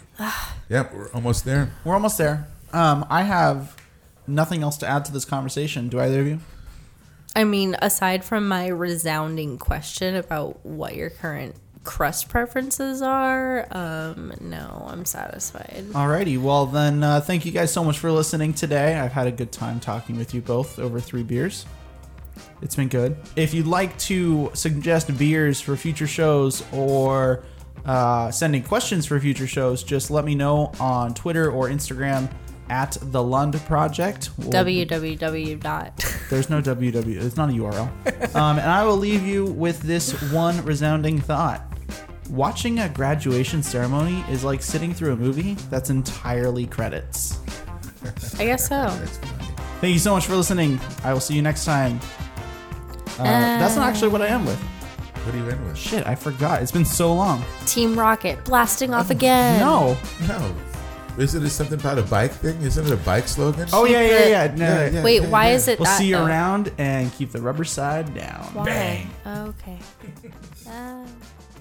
Speaker 4: Yep, we're almost there.
Speaker 2: We're almost there. Um, I have nothing else to add to this conversation. Do either of you?
Speaker 3: I mean, aside from my resounding question about what your current crust preferences are, um, no, I'm satisfied.
Speaker 2: Alrighty. Well, then, uh, thank you guys so much for listening today. I've had a good time talking with you both over three beers. It's been good. If you'd like to suggest beers for future shows or uh, sending questions for future shows, just let me know on Twitter or Instagram at the Lund Project. We'll-
Speaker 3: www dot.
Speaker 2: There's no www. It's not a URL. Um, and I will leave you with this one resounding thought. Watching a graduation ceremony is like sitting through a movie that's entirely credits.
Speaker 3: I guess so.
Speaker 4: That's funny.
Speaker 2: Thank you so much for listening. I will see you next time. Uh, that's not actually what I am with.
Speaker 4: What do you end with?
Speaker 2: Shit, I forgot. It's been so long.
Speaker 3: Team Rocket blasting off again.
Speaker 2: No.
Speaker 4: No. Isn't it something about a bike thing? Isn't it a bike slogan?
Speaker 2: Oh yeah, yeah,
Speaker 3: it.
Speaker 2: yeah. No,
Speaker 4: Yeah, yeah.
Speaker 3: Wait, why is it
Speaker 2: We'll
Speaker 3: that?
Speaker 2: see you
Speaker 3: though?
Speaker 2: around and keep the rubber side down.
Speaker 3: Why?
Speaker 2: Bang.
Speaker 3: Okay. Oh, Uh,